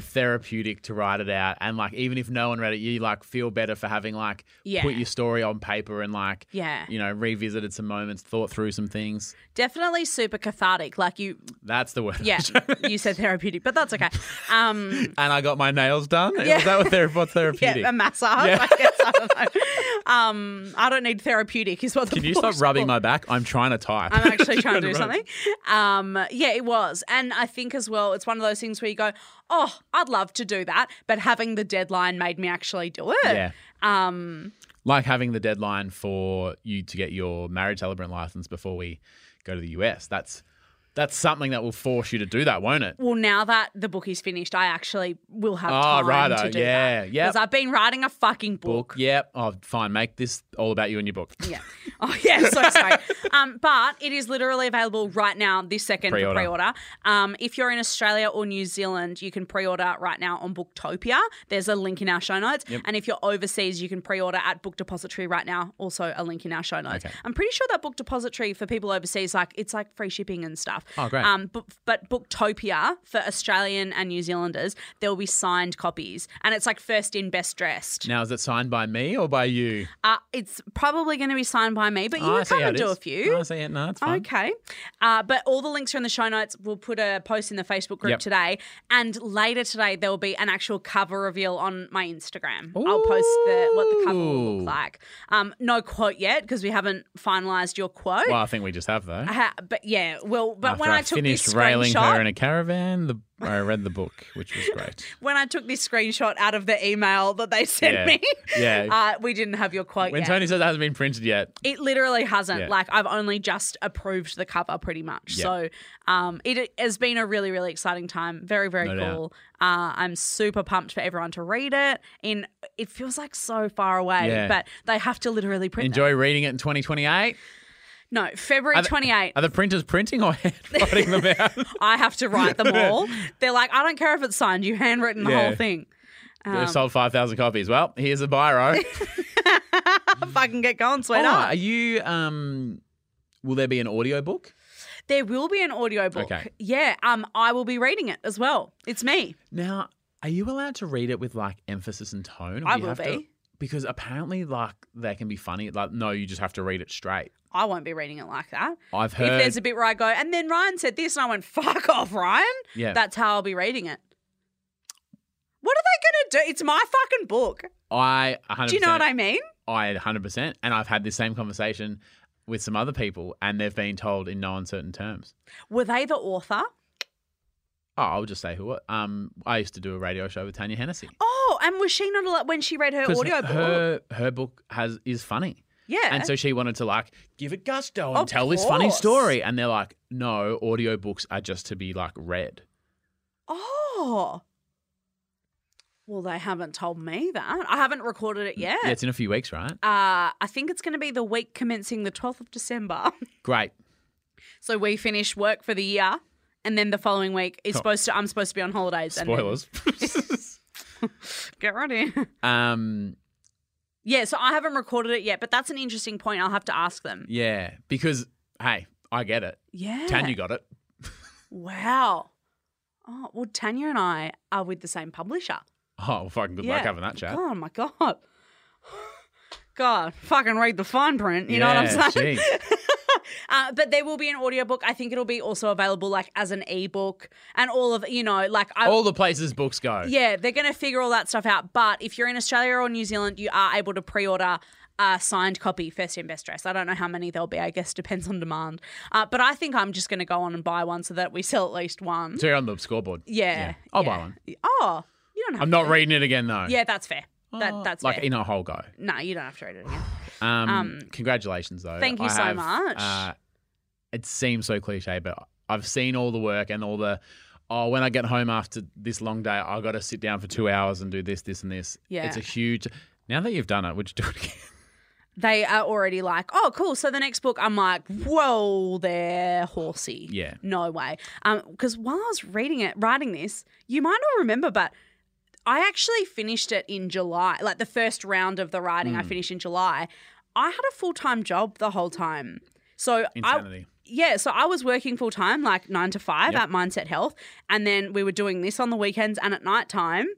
[SPEAKER 3] therapeutic to write it out and like even if no one read it you like feel better for having like
[SPEAKER 1] Yeah.
[SPEAKER 3] put your story on paper and like
[SPEAKER 1] Yeah.
[SPEAKER 3] you know revisited some moments thought through some things
[SPEAKER 1] Definitely super cathartic. Like you.
[SPEAKER 3] that's the word
[SPEAKER 1] Yeah. you said therapeutic, but that's okay. Um,
[SPEAKER 3] and i got my nails done
[SPEAKER 1] Yeah.
[SPEAKER 3] was that what thera- what's therapeutic
[SPEAKER 1] Yeah, a massage.
[SPEAKER 3] Yeah.
[SPEAKER 1] I guess I don't know. Um, I don't need therapeutic. Is what. The
[SPEAKER 3] can you
[SPEAKER 1] book's
[SPEAKER 3] stop rubbing
[SPEAKER 1] called.
[SPEAKER 3] my back i'm trying to type
[SPEAKER 1] I'm actually trying to do
[SPEAKER 3] Rub-
[SPEAKER 1] something. Um, yeah, it was, and I think as well, it's one of those things where you go, "Oh, I'd love to do that," but having the deadline made me actually do it.
[SPEAKER 3] yeah
[SPEAKER 1] Um,
[SPEAKER 3] like having the deadline for you to get your marriage celebrant license before we go to the us that's that's something that will force you to do that won't it
[SPEAKER 1] well, now that the book is finished, I actually will have
[SPEAKER 3] Oh,
[SPEAKER 1] time
[SPEAKER 3] righto.
[SPEAKER 1] to do
[SPEAKER 3] Yeah,
[SPEAKER 1] that.
[SPEAKER 3] yep.
[SPEAKER 1] Because I've been writing a fucking book.
[SPEAKER 3] book yep oh fine make this all about you and your book
[SPEAKER 1] Yeah. Oh yeah. So sorry. Um, but it is literally available right now, this second
[SPEAKER 3] Pre-order.
[SPEAKER 1] for pre-order. Um, if you're in Australia or New Zealand, you can pre-order right now on Booktopia. There's a link in our show notes. And if you're overseas, you can pre-order at Book Depository right now. Also a link in our show notes.
[SPEAKER 3] Okay.
[SPEAKER 1] I'm pretty sure that Book Depository for people overseas, like it's like free shipping and stuff.
[SPEAKER 3] Oh, great.
[SPEAKER 1] Um, but, but Booktopia for Australian and New Zealanders, there will be signed copies, and it's like first in, best dressed.
[SPEAKER 3] Now, is it signed by me or by you?
[SPEAKER 1] Uh, it's probably going to be signed by me, but you
[SPEAKER 3] Oh, I
[SPEAKER 1] can
[SPEAKER 3] see
[SPEAKER 1] come
[SPEAKER 3] how
[SPEAKER 1] and
[SPEAKER 3] it
[SPEAKER 1] do
[SPEAKER 3] is.
[SPEAKER 1] a few.
[SPEAKER 3] Oh, I see it. No, it's fine.
[SPEAKER 1] Okay. Uh, but all the links are in the show notes. We'll put a post in the Facebook group
[SPEAKER 3] Yep.
[SPEAKER 1] today. And later today, there will be an actual cover reveal on my Instagram. I'll post the, what the cover will
[SPEAKER 3] Ooh.
[SPEAKER 1] look like. Um, no quote yet because we haven't finalized your quote.
[SPEAKER 3] Well, I think we just have though.
[SPEAKER 1] Ha- Uh, but yeah, well, but that when I, took
[SPEAKER 3] finished
[SPEAKER 1] this
[SPEAKER 3] railing her in
[SPEAKER 1] screenshot,
[SPEAKER 3] a caravan, the, I read the book, which was great.
[SPEAKER 1] when I took this screenshot out of the email that they sent
[SPEAKER 3] Yeah.
[SPEAKER 1] me,
[SPEAKER 3] Yeah.
[SPEAKER 1] uh, we didn't have your quote
[SPEAKER 3] when
[SPEAKER 1] yet.
[SPEAKER 3] Tony says it hasn't been printed yet,
[SPEAKER 1] It literally hasn't.
[SPEAKER 3] Yeah.
[SPEAKER 1] Like I've only just approved the cover, pretty much.
[SPEAKER 3] Yeah.
[SPEAKER 1] So um, it has been a really, really exciting time. Very, very
[SPEAKER 3] No doubt.
[SPEAKER 1] cool. Uh, I'm super pumped for everyone to read it. In it feels like so far away,
[SPEAKER 3] Yeah.
[SPEAKER 1] but they have to literally print. it.
[SPEAKER 3] enjoy reading it in 2028.
[SPEAKER 1] No, February
[SPEAKER 3] Are the-
[SPEAKER 1] 28th.
[SPEAKER 3] Are the printers printing or hand writing them out?
[SPEAKER 1] I have to write them all. They're like, I don't care if it's signed. You handwritten the
[SPEAKER 3] Yeah.
[SPEAKER 1] whole thing. Um,
[SPEAKER 3] They've sold 5,000 copies. Well, here's a biro.
[SPEAKER 1] Fucking get going,
[SPEAKER 3] Oh,
[SPEAKER 1] sweetheart.
[SPEAKER 3] are you, um, will there be an audio book?
[SPEAKER 1] There will be an audiobook.
[SPEAKER 3] Okay.
[SPEAKER 1] Yeah, um, I will be reading it as well. It's me.
[SPEAKER 3] Now, are you allowed to read it with like emphasis and tone? Or
[SPEAKER 1] I
[SPEAKER 3] do you
[SPEAKER 1] will
[SPEAKER 3] have to-
[SPEAKER 1] be.
[SPEAKER 3] because apparently, like, they can be funny. Like, no, you just have to read it straight.
[SPEAKER 1] I won't be reading it like that.
[SPEAKER 3] I've
[SPEAKER 1] if
[SPEAKER 3] heard.
[SPEAKER 1] there's a bit where I go, and then Ryan said this, and I went, fuck off, Ryan.
[SPEAKER 3] yeah.
[SPEAKER 1] That's how I'll be reading it. What are they going to do? It's my fucking book.
[SPEAKER 3] I 100%.
[SPEAKER 1] Do you know what I mean?
[SPEAKER 3] I 100%. And I've had this same conversation with some other people, and they've been told in no uncertain terms.
[SPEAKER 1] Were they the author?
[SPEAKER 3] Oh, I'll just say who. it- Um, I used to do a radio show with Tanya Hennessy.
[SPEAKER 1] Oh, and was she not allowed when she read her
[SPEAKER 3] 'Cause
[SPEAKER 1] audiobook?
[SPEAKER 3] her her book has is funny.
[SPEAKER 1] yeah.
[SPEAKER 3] And so she wanted to like give it gusto and
[SPEAKER 1] Of
[SPEAKER 3] tell this funny
[SPEAKER 1] course.
[SPEAKER 3] story. And they're like, no, audiobooks are just to be like read.
[SPEAKER 1] oh. Well, they haven't told me that. I haven't recorded it yet.
[SPEAKER 3] Yeah, it's in a few weeks, right?
[SPEAKER 1] uh, I think it's going to be the week commencing the 12th of December.
[SPEAKER 3] Great.
[SPEAKER 1] so we finish work for the year. And then the following week is
[SPEAKER 3] Cool.
[SPEAKER 1] supposed to. I'm supposed to be on holidays. and then-
[SPEAKER 3] Spoilers.
[SPEAKER 1] get ready.
[SPEAKER 3] um,
[SPEAKER 1] Yeah, so I haven't recorded it yet, but that's an interesting point. I'll have to ask them.
[SPEAKER 3] yeah, because hey, I get it.
[SPEAKER 1] Yeah.
[SPEAKER 3] Tanya got it.
[SPEAKER 1] Wow. Oh, well, Tanya and I are with the same publisher.
[SPEAKER 3] Oh, well, fucking good
[SPEAKER 1] yeah.
[SPEAKER 3] luck having that chat.
[SPEAKER 1] Oh, my God. God, fucking read the fine print. You know what I'm
[SPEAKER 3] Yeah,
[SPEAKER 1] saying?
[SPEAKER 3] jeez.
[SPEAKER 1] Uh, but there will be an audiobook. I think it'll be also available like as an ebook and all of, you know, like I.
[SPEAKER 3] All the places books go.
[SPEAKER 1] yeah, they're going to figure all that stuff out. But if you're in Australia or New Zealand, you are able to pre order a signed copy, first in, best dress. I don't know how many there'll be. I guess depends on demand. Uh, but I think I'm just going to go on and buy one so that we sell at least one.
[SPEAKER 3] So you're on the scoreboard.
[SPEAKER 1] Yeah.
[SPEAKER 3] I'll
[SPEAKER 1] yeah.
[SPEAKER 3] buy one.
[SPEAKER 1] Oh, you don't have
[SPEAKER 3] I'm
[SPEAKER 1] to.
[SPEAKER 3] not reading it again though. Oh.
[SPEAKER 1] Yeah, that's fair. That, that's
[SPEAKER 3] like
[SPEAKER 1] fair.
[SPEAKER 3] in a whole go.
[SPEAKER 1] no, you don't have to read it again.
[SPEAKER 3] Um,
[SPEAKER 1] Um,
[SPEAKER 3] congratulations though.
[SPEAKER 1] thank you
[SPEAKER 3] I
[SPEAKER 1] so
[SPEAKER 3] have,
[SPEAKER 1] much.
[SPEAKER 3] Uh, it seems so cliche, but I've seen all the work and all the. Oh, when I get home after this long day, I got to sit down for two hours and do this, this, and this.
[SPEAKER 1] Yeah.
[SPEAKER 3] it's a huge. Now that you've done it, would you do it again?
[SPEAKER 1] they are already like, oh, cool. So the next book, I'm like, whoa, they're horsey.
[SPEAKER 3] Yeah.
[SPEAKER 1] No way. Because while I was reading it, writing this, you might not remember, but I actually finished it in July. Like the first round of the writing, I
[SPEAKER 3] Hmm.
[SPEAKER 1] finished in July. I had a full time job the whole time. So I,
[SPEAKER 3] Insanity.
[SPEAKER 1] yeah, so I was working full time, like nine to five
[SPEAKER 3] Yep.
[SPEAKER 1] at Mindset Health. And then we were doing this on the weekends and at night time.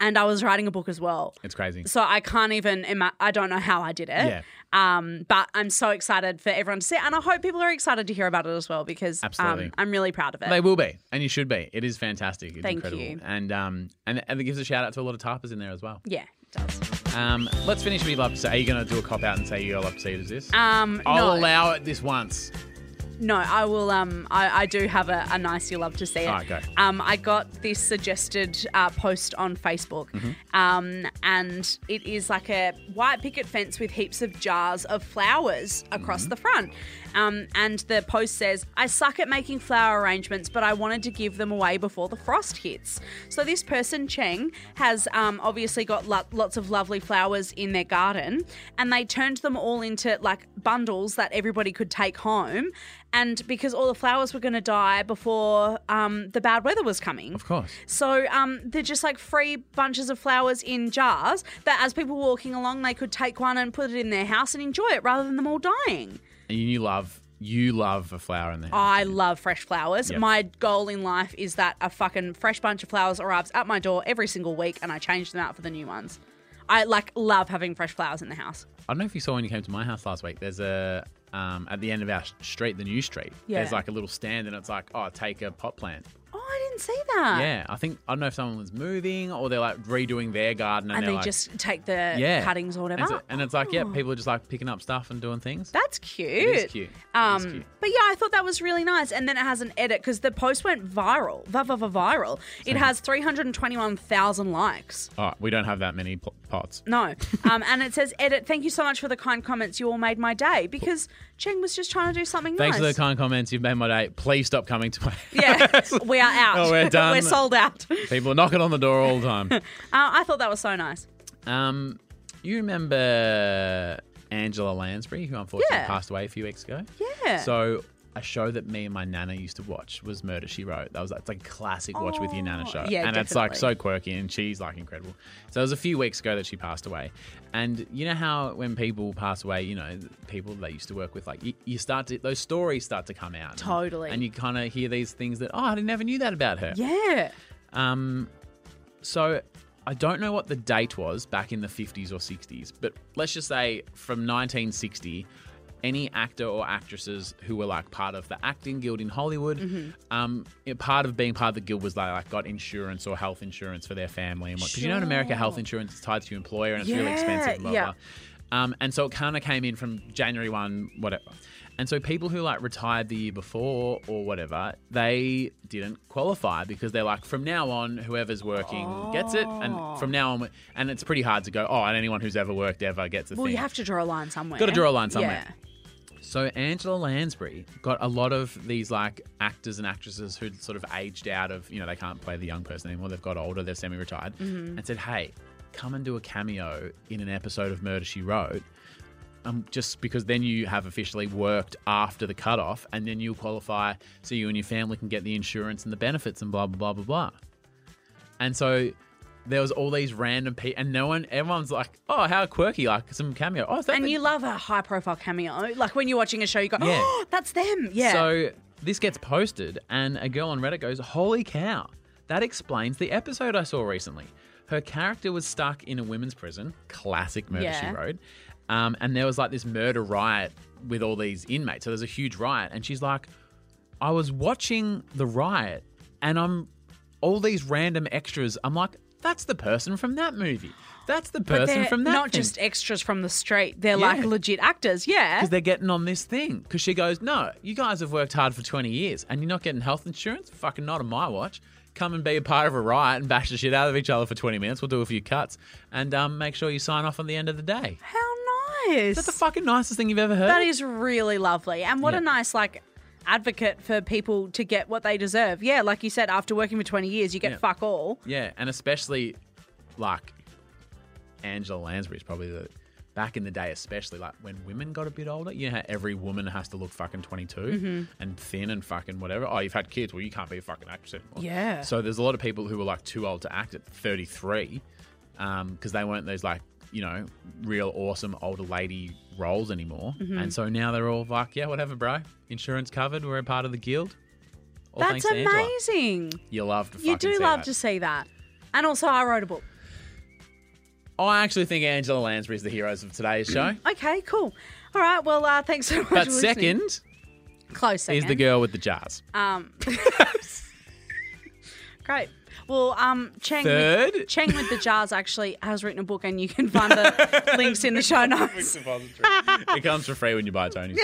[SPEAKER 1] And I was writing a book as well.
[SPEAKER 3] it's crazy.
[SPEAKER 1] So I can't even, ima- I don't know how I did it.
[SPEAKER 3] Yeah.
[SPEAKER 1] Um, but I'm so excited for everyone to see it. And I hope people are excited to hear about it as well because
[SPEAKER 3] Absolutely.
[SPEAKER 1] Um, I'm really proud of it.
[SPEAKER 3] They will be, and you should be. It is fantastic. It's
[SPEAKER 1] Thank
[SPEAKER 3] incredible.
[SPEAKER 1] you.
[SPEAKER 3] And um, and and it gives a shout out to a lot of tarpers in there as well.
[SPEAKER 1] yeah, it does.
[SPEAKER 3] Um, let's finish with you love to say. Are you going to do a cop out and say you love to see it as this?
[SPEAKER 1] Um,
[SPEAKER 3] I'll
[SPEAKER 1] no,
[SPEAKER 3] allow it this once.
[SPEAKER 1] no, I will. Um, I, I do have a, a nice you love to see it.
[SPEAKER 3] Alright, go.
[SPEAKER 1] Um, I got this suggested uh, post on Facebook,
[SPEAKER 3] Mm-hmm.
[SPEAKER 1] um, and it is like a white picket fence with heaps of jars of flowers across
[SPEAKER 3] Mm-hmm.
[SPEAKER 1] the front. Um, and the post says, "I suck at making flower arrangements, but I wanted to give them away before the frost hits." So this person Cheng has um, obviously got lo- lots of lovely flowers in their garden, and they turned them all into like bundles that everybody could take home. And because all the flowers were going to die before um, the bad weather was coming,
[SPEAKER 3] Of course.
[SPEAKER 1] so um, they're just like free bunches of flowers in jars that, as people were walking along, they could take one and put it in their house and enjoy it rather than them all dying.
[SPEAKER 3] And you love you love a flower in there.
[SPEAKER 1] I love fresh flowers. My goal in life is that a fucking fresh bunch of flowers arrives at my door every single week and I change them out for the new ones. I like love having fresh flowers in the house.
[SPEAKER 3] I don't know if you saw when you came to my house last week. There's a um, at the end of our street, the new street.
[SPEAKER 1] Yeah.
[SPEAKER 3] There's like a little stand, and it's like, oh, take a pot plant.
[SPEAKER 1] Oh, I didn't see that.
[SPEAKER 3] Yeah, I think I don't know if someone's moving or they're like redoing their garden and,
[SPEAKER 1] And
[SPEAKER 3] they're
[SPEAKER 1] they
[SPEAKER 3] like,
[SPEAKER 1] just take the
[SPEAKER 3] yeah
[SPEAKER 1] cuttings or
[SPEAKER 3] And
[SPEAKER 1] whatever. Oh.
[SPEAKER 3] so- And, it's like yeah, people are just like picking up stuff and doing things.
[SPEAKER 1] That's cute.
[SPEAKER 3] is cute. It
[SPEAKER 1] Um,
[SPEAKER 3] is cute.
[SPEAKER 1] But yeah, I thought that was really nice. And then it has an edit because the post went viral. Va va va viral. It has 321,000 likes.
[SPEAKER 3] All right, we don't have that many pl- pots.
[SPEAKER 1] No. Um, and it says, edit, thank you so much for the kind comments. You all made my day because Cheng was just trying to do something
[SPEAKER 3] Thanks for the
[SPEAKER 1] nice.
[SPEAKER 3] kind comments. You've made my day. Please stop coming to my.
[SPEAKER 1] Yeah, we are out.
[SPEAKER 3] Oh, we're done.
[SPEAKER 1] we're sold out. Uh,
[SPEAKER 3] People are knocking on the door all the time.
[SPEAKER 1] I thought that was so nice.
[SPEAKER 3] Um, you remember Angela Lansbury, who unfortunately
[SPEAKER 1] Yeah.
[SPEAKER 3] passed away a few weeks ago?
[SPEAKER 1] Yeah.
[SPEAKER 3] So a show that me and my nana used to watch was Murder She Wrote. That was like, it's like a classic watch with your nana
[SPEAKER 1] Oh,
[SPEAKER 3] show.
[SPEAKER 1] yeah,
[SPEAKER 3] and it's like
[SPEAKER 1] definitely.
[SPEAKER 3] so quirky and she's like incredible. So it was a few weeks ago that she passed away. And you know how when people pass away, you know, people they used to work with, like you, you start to, those stories start to come out.
[SPEAKER 1] Totally.
[SPEAKER 3] And you kind of hear these things that, oh, I never knew that about her.
[SPEAKER 1] yeah.
[SPEAKER 3] Um, so I don't know what the date was back in the 50s or 60s, but let's just say from 1960, any actor or actresses who were like part of the acting guild in Hollywood,
[SPEAKER 1] Mm-hmm.
[SPEAKER 3] um, it- part of being part of the guild was they like got insurance or health insurance for their family and what. Because you know in America, health insurance is tied to your employer and it's really
[SPEAKER 1] Yeah,
[SPEAKER 3] expensive. Blah,
[SPEAKER 1] yeah.
[SPEAKER 3] blah. Um, and so it kind of came in from January 1, whatever. And so people who like retired the year before or whatever, they didn't qualify because they're like, from now on, whoever's working gets it. And from now on, and it's pretty hard to go, oh, and anyone who's ever worked ever gets the
[SPEAKER 1] Well,
[SPEAKER 3] thing.
[SPEAKER 1] you have to draw a line somewhere.
[SPEAKER 3] Gotta draw a line somewhere.
[SPEAKER 1] Yeah.
[SPEAKER 3] So Angela Lansbury got a lot of these like actors and actresses who'd sort of aged out of, you know, they can't play the young person anymore. They've got older, they're semi-retired,
[SPEAKER 1] Mm-hmm.
[SPEAKER 3] and said, "Hey, come and do a cameo in an episode of Murder She Wrote." Um, just because then you have officially worked after the cutoff, and then you'll qualify, so you and your family can get the insurance and the benefits and blah blah blah blah blah. And so there was all these random people, and no one, everyone's like, "Oh, how quirky! Like some cameo." Oh, is that
[SPEAKER 1] And
[SPEAKER 3] the-
[SPEAKER 1] you love a high profile cameo. Like when you're watching a show, you go,
[SPEAKER 3] Yeah.
[SPEAKER 1] oh, that's them. Yeah.
[SPEAKER 3] So this gets posted, and a girl on Reddit goes, Holy cow, that explains the episode I saw recently. Her character was stuck in a women's prison, classic murder
[SPEAKER 1] Yeah.
[SPEAKER 3] she wrote. Um, and there was like this murder riot with all these inmates. So there's a huge riot, and she's like, I was watching the riot, and I'm all these random extras. I'm like, that's the person from that movie. That's the
[SPEAKER 1] But
[SPEAKER 3] person
[SPEAKER 1] they're
[SPEAKER 3] from that.
[SPEAKER 1] Not
[SPEAKER 3] thing."
[SPEAKER 1] just extras from the street. They're
[SPEAKER 3] Yeah.
[SPEAKER 1] like legit actors. Yeah.
[SPEAKER 3] because they're getting on this thing. Because she goes, No, you guys have worked hard for 20 years and you're not getting health insurance? Fucking not on my watch. Come and be a part of a riot and bash the shit out of each other for 20 minutes. We'll do a few cuts and um, make sure you sign off on the end of the day.
[SPEAKER 1] How nice.
[SPEAKER 3] That's the fucking nicest thing you've ever heard.
[SPEAKER 1] That is really lovely. And what a nice, like, advocate for people to get what they deserve. Yeah. Like you said, after working for 20 years, you get
[SPEAKER 3] Yeah.
[SPEAKER 1] fuck all.
[SPEAKER 3] yeah, and especially like Angela Lansbury is probably the. Back in the day, especially like when women got a bit older, you know how every woman has to look fucking 22
[SPEAKER 1] Mm-hmm.
[SPEAKER 3] and thin and fucking whatever. Oh, you've had kids. Well, you can't be a fucking actress anymore.
[SPEAKER 1] Yeah.
[SPEAKER 3] So there's a lot of people who were like too old to act at 33 because they weren't those like, you know, real awesome older lady roles anymore.
[SPEAKER 1] Mm-hmm.
[SPEAKER 3] And so now they're all like, yeah, whatever, bro. Insurance covered. We're a part of the guild. All
[SPEAKER 1] That's
[SPEAKER 3] thanks to Angela.
[SPEAKER 1] amazing.
[SPEAKER 3] You love to
[SPEAKER 1] You
[SPEAKER 3] fucking
[SPEAKER 1] do
[SPEAKER 3] see
[SPEAKER 1] love
[SPEAKER 3] that.
[SPEAKER 1] to see that. And also, I wrote a book.
[SPEAKER 3] I actually think Angela Lansbury is the heroes of today's show.
[SPEAKER 1] Okay, cool. All right. Well, uh, thanks so much.
[SPEAKER 3] but
[SPEAKER 1] for listening.
[SPEAKER 3] second
[SPEAKER 1] close second.
[SPEAKER 3] is the girl with the jars.
[SPEAKER 1] Um, great. Well, um, Cheng
[SPEAKER 3] Third?
[SPEAKER 1] With, Cheng with the jars actually has written a book, and you can find the links in the show notes.
[SPEAKER 3] it comes for free when you buy Tony's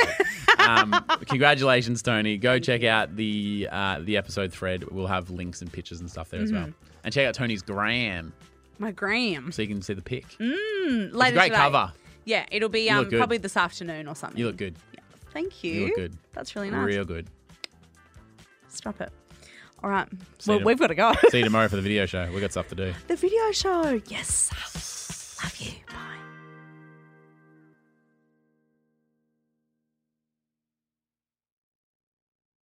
[SPEAKER 3] book. Um, congratulations, Tony. Go check out the uh, the episode thread. We'll have links and pictures and stuff there as
[SPEAKER 1] Mm-hmm.
[SPEAKER 3] well. And check out Tony's gram
[SPEAKER 1] My Graham.
[SPEAKER 3] so you can see the pic.
[SPEAKER 1] Mm, Later
[SPEAKER 3] It's a great
[SPEAKER 1] today.
[SPEAKER 3] cover.
[SPEAKER 1] Yeah, it'll be
[SPEAKER 3] You look
[SPEAKER 1] um,
[SPEAKER 3] good.
[SPEAKER 1] probably this afternoon or something.
[SPEAKER 3] You look good.
[SPEAKER 1] Thank you.
[SPEAKER 3] You look good.
[SPEAKER 1] That's really nice.
[SPEAKER 3] Real good.
[SPEAKER 1] Stop it. All right.
[SPEAKER 3] See
[SPEAKER 1] Well,
[SPEAKER 3] you-
[SPEAKER 1] we've got to go.
[SPEAKER 3] See you tomorrow for the video show. We got stuff to do.
[SPEAKER 1] the video show. Yes.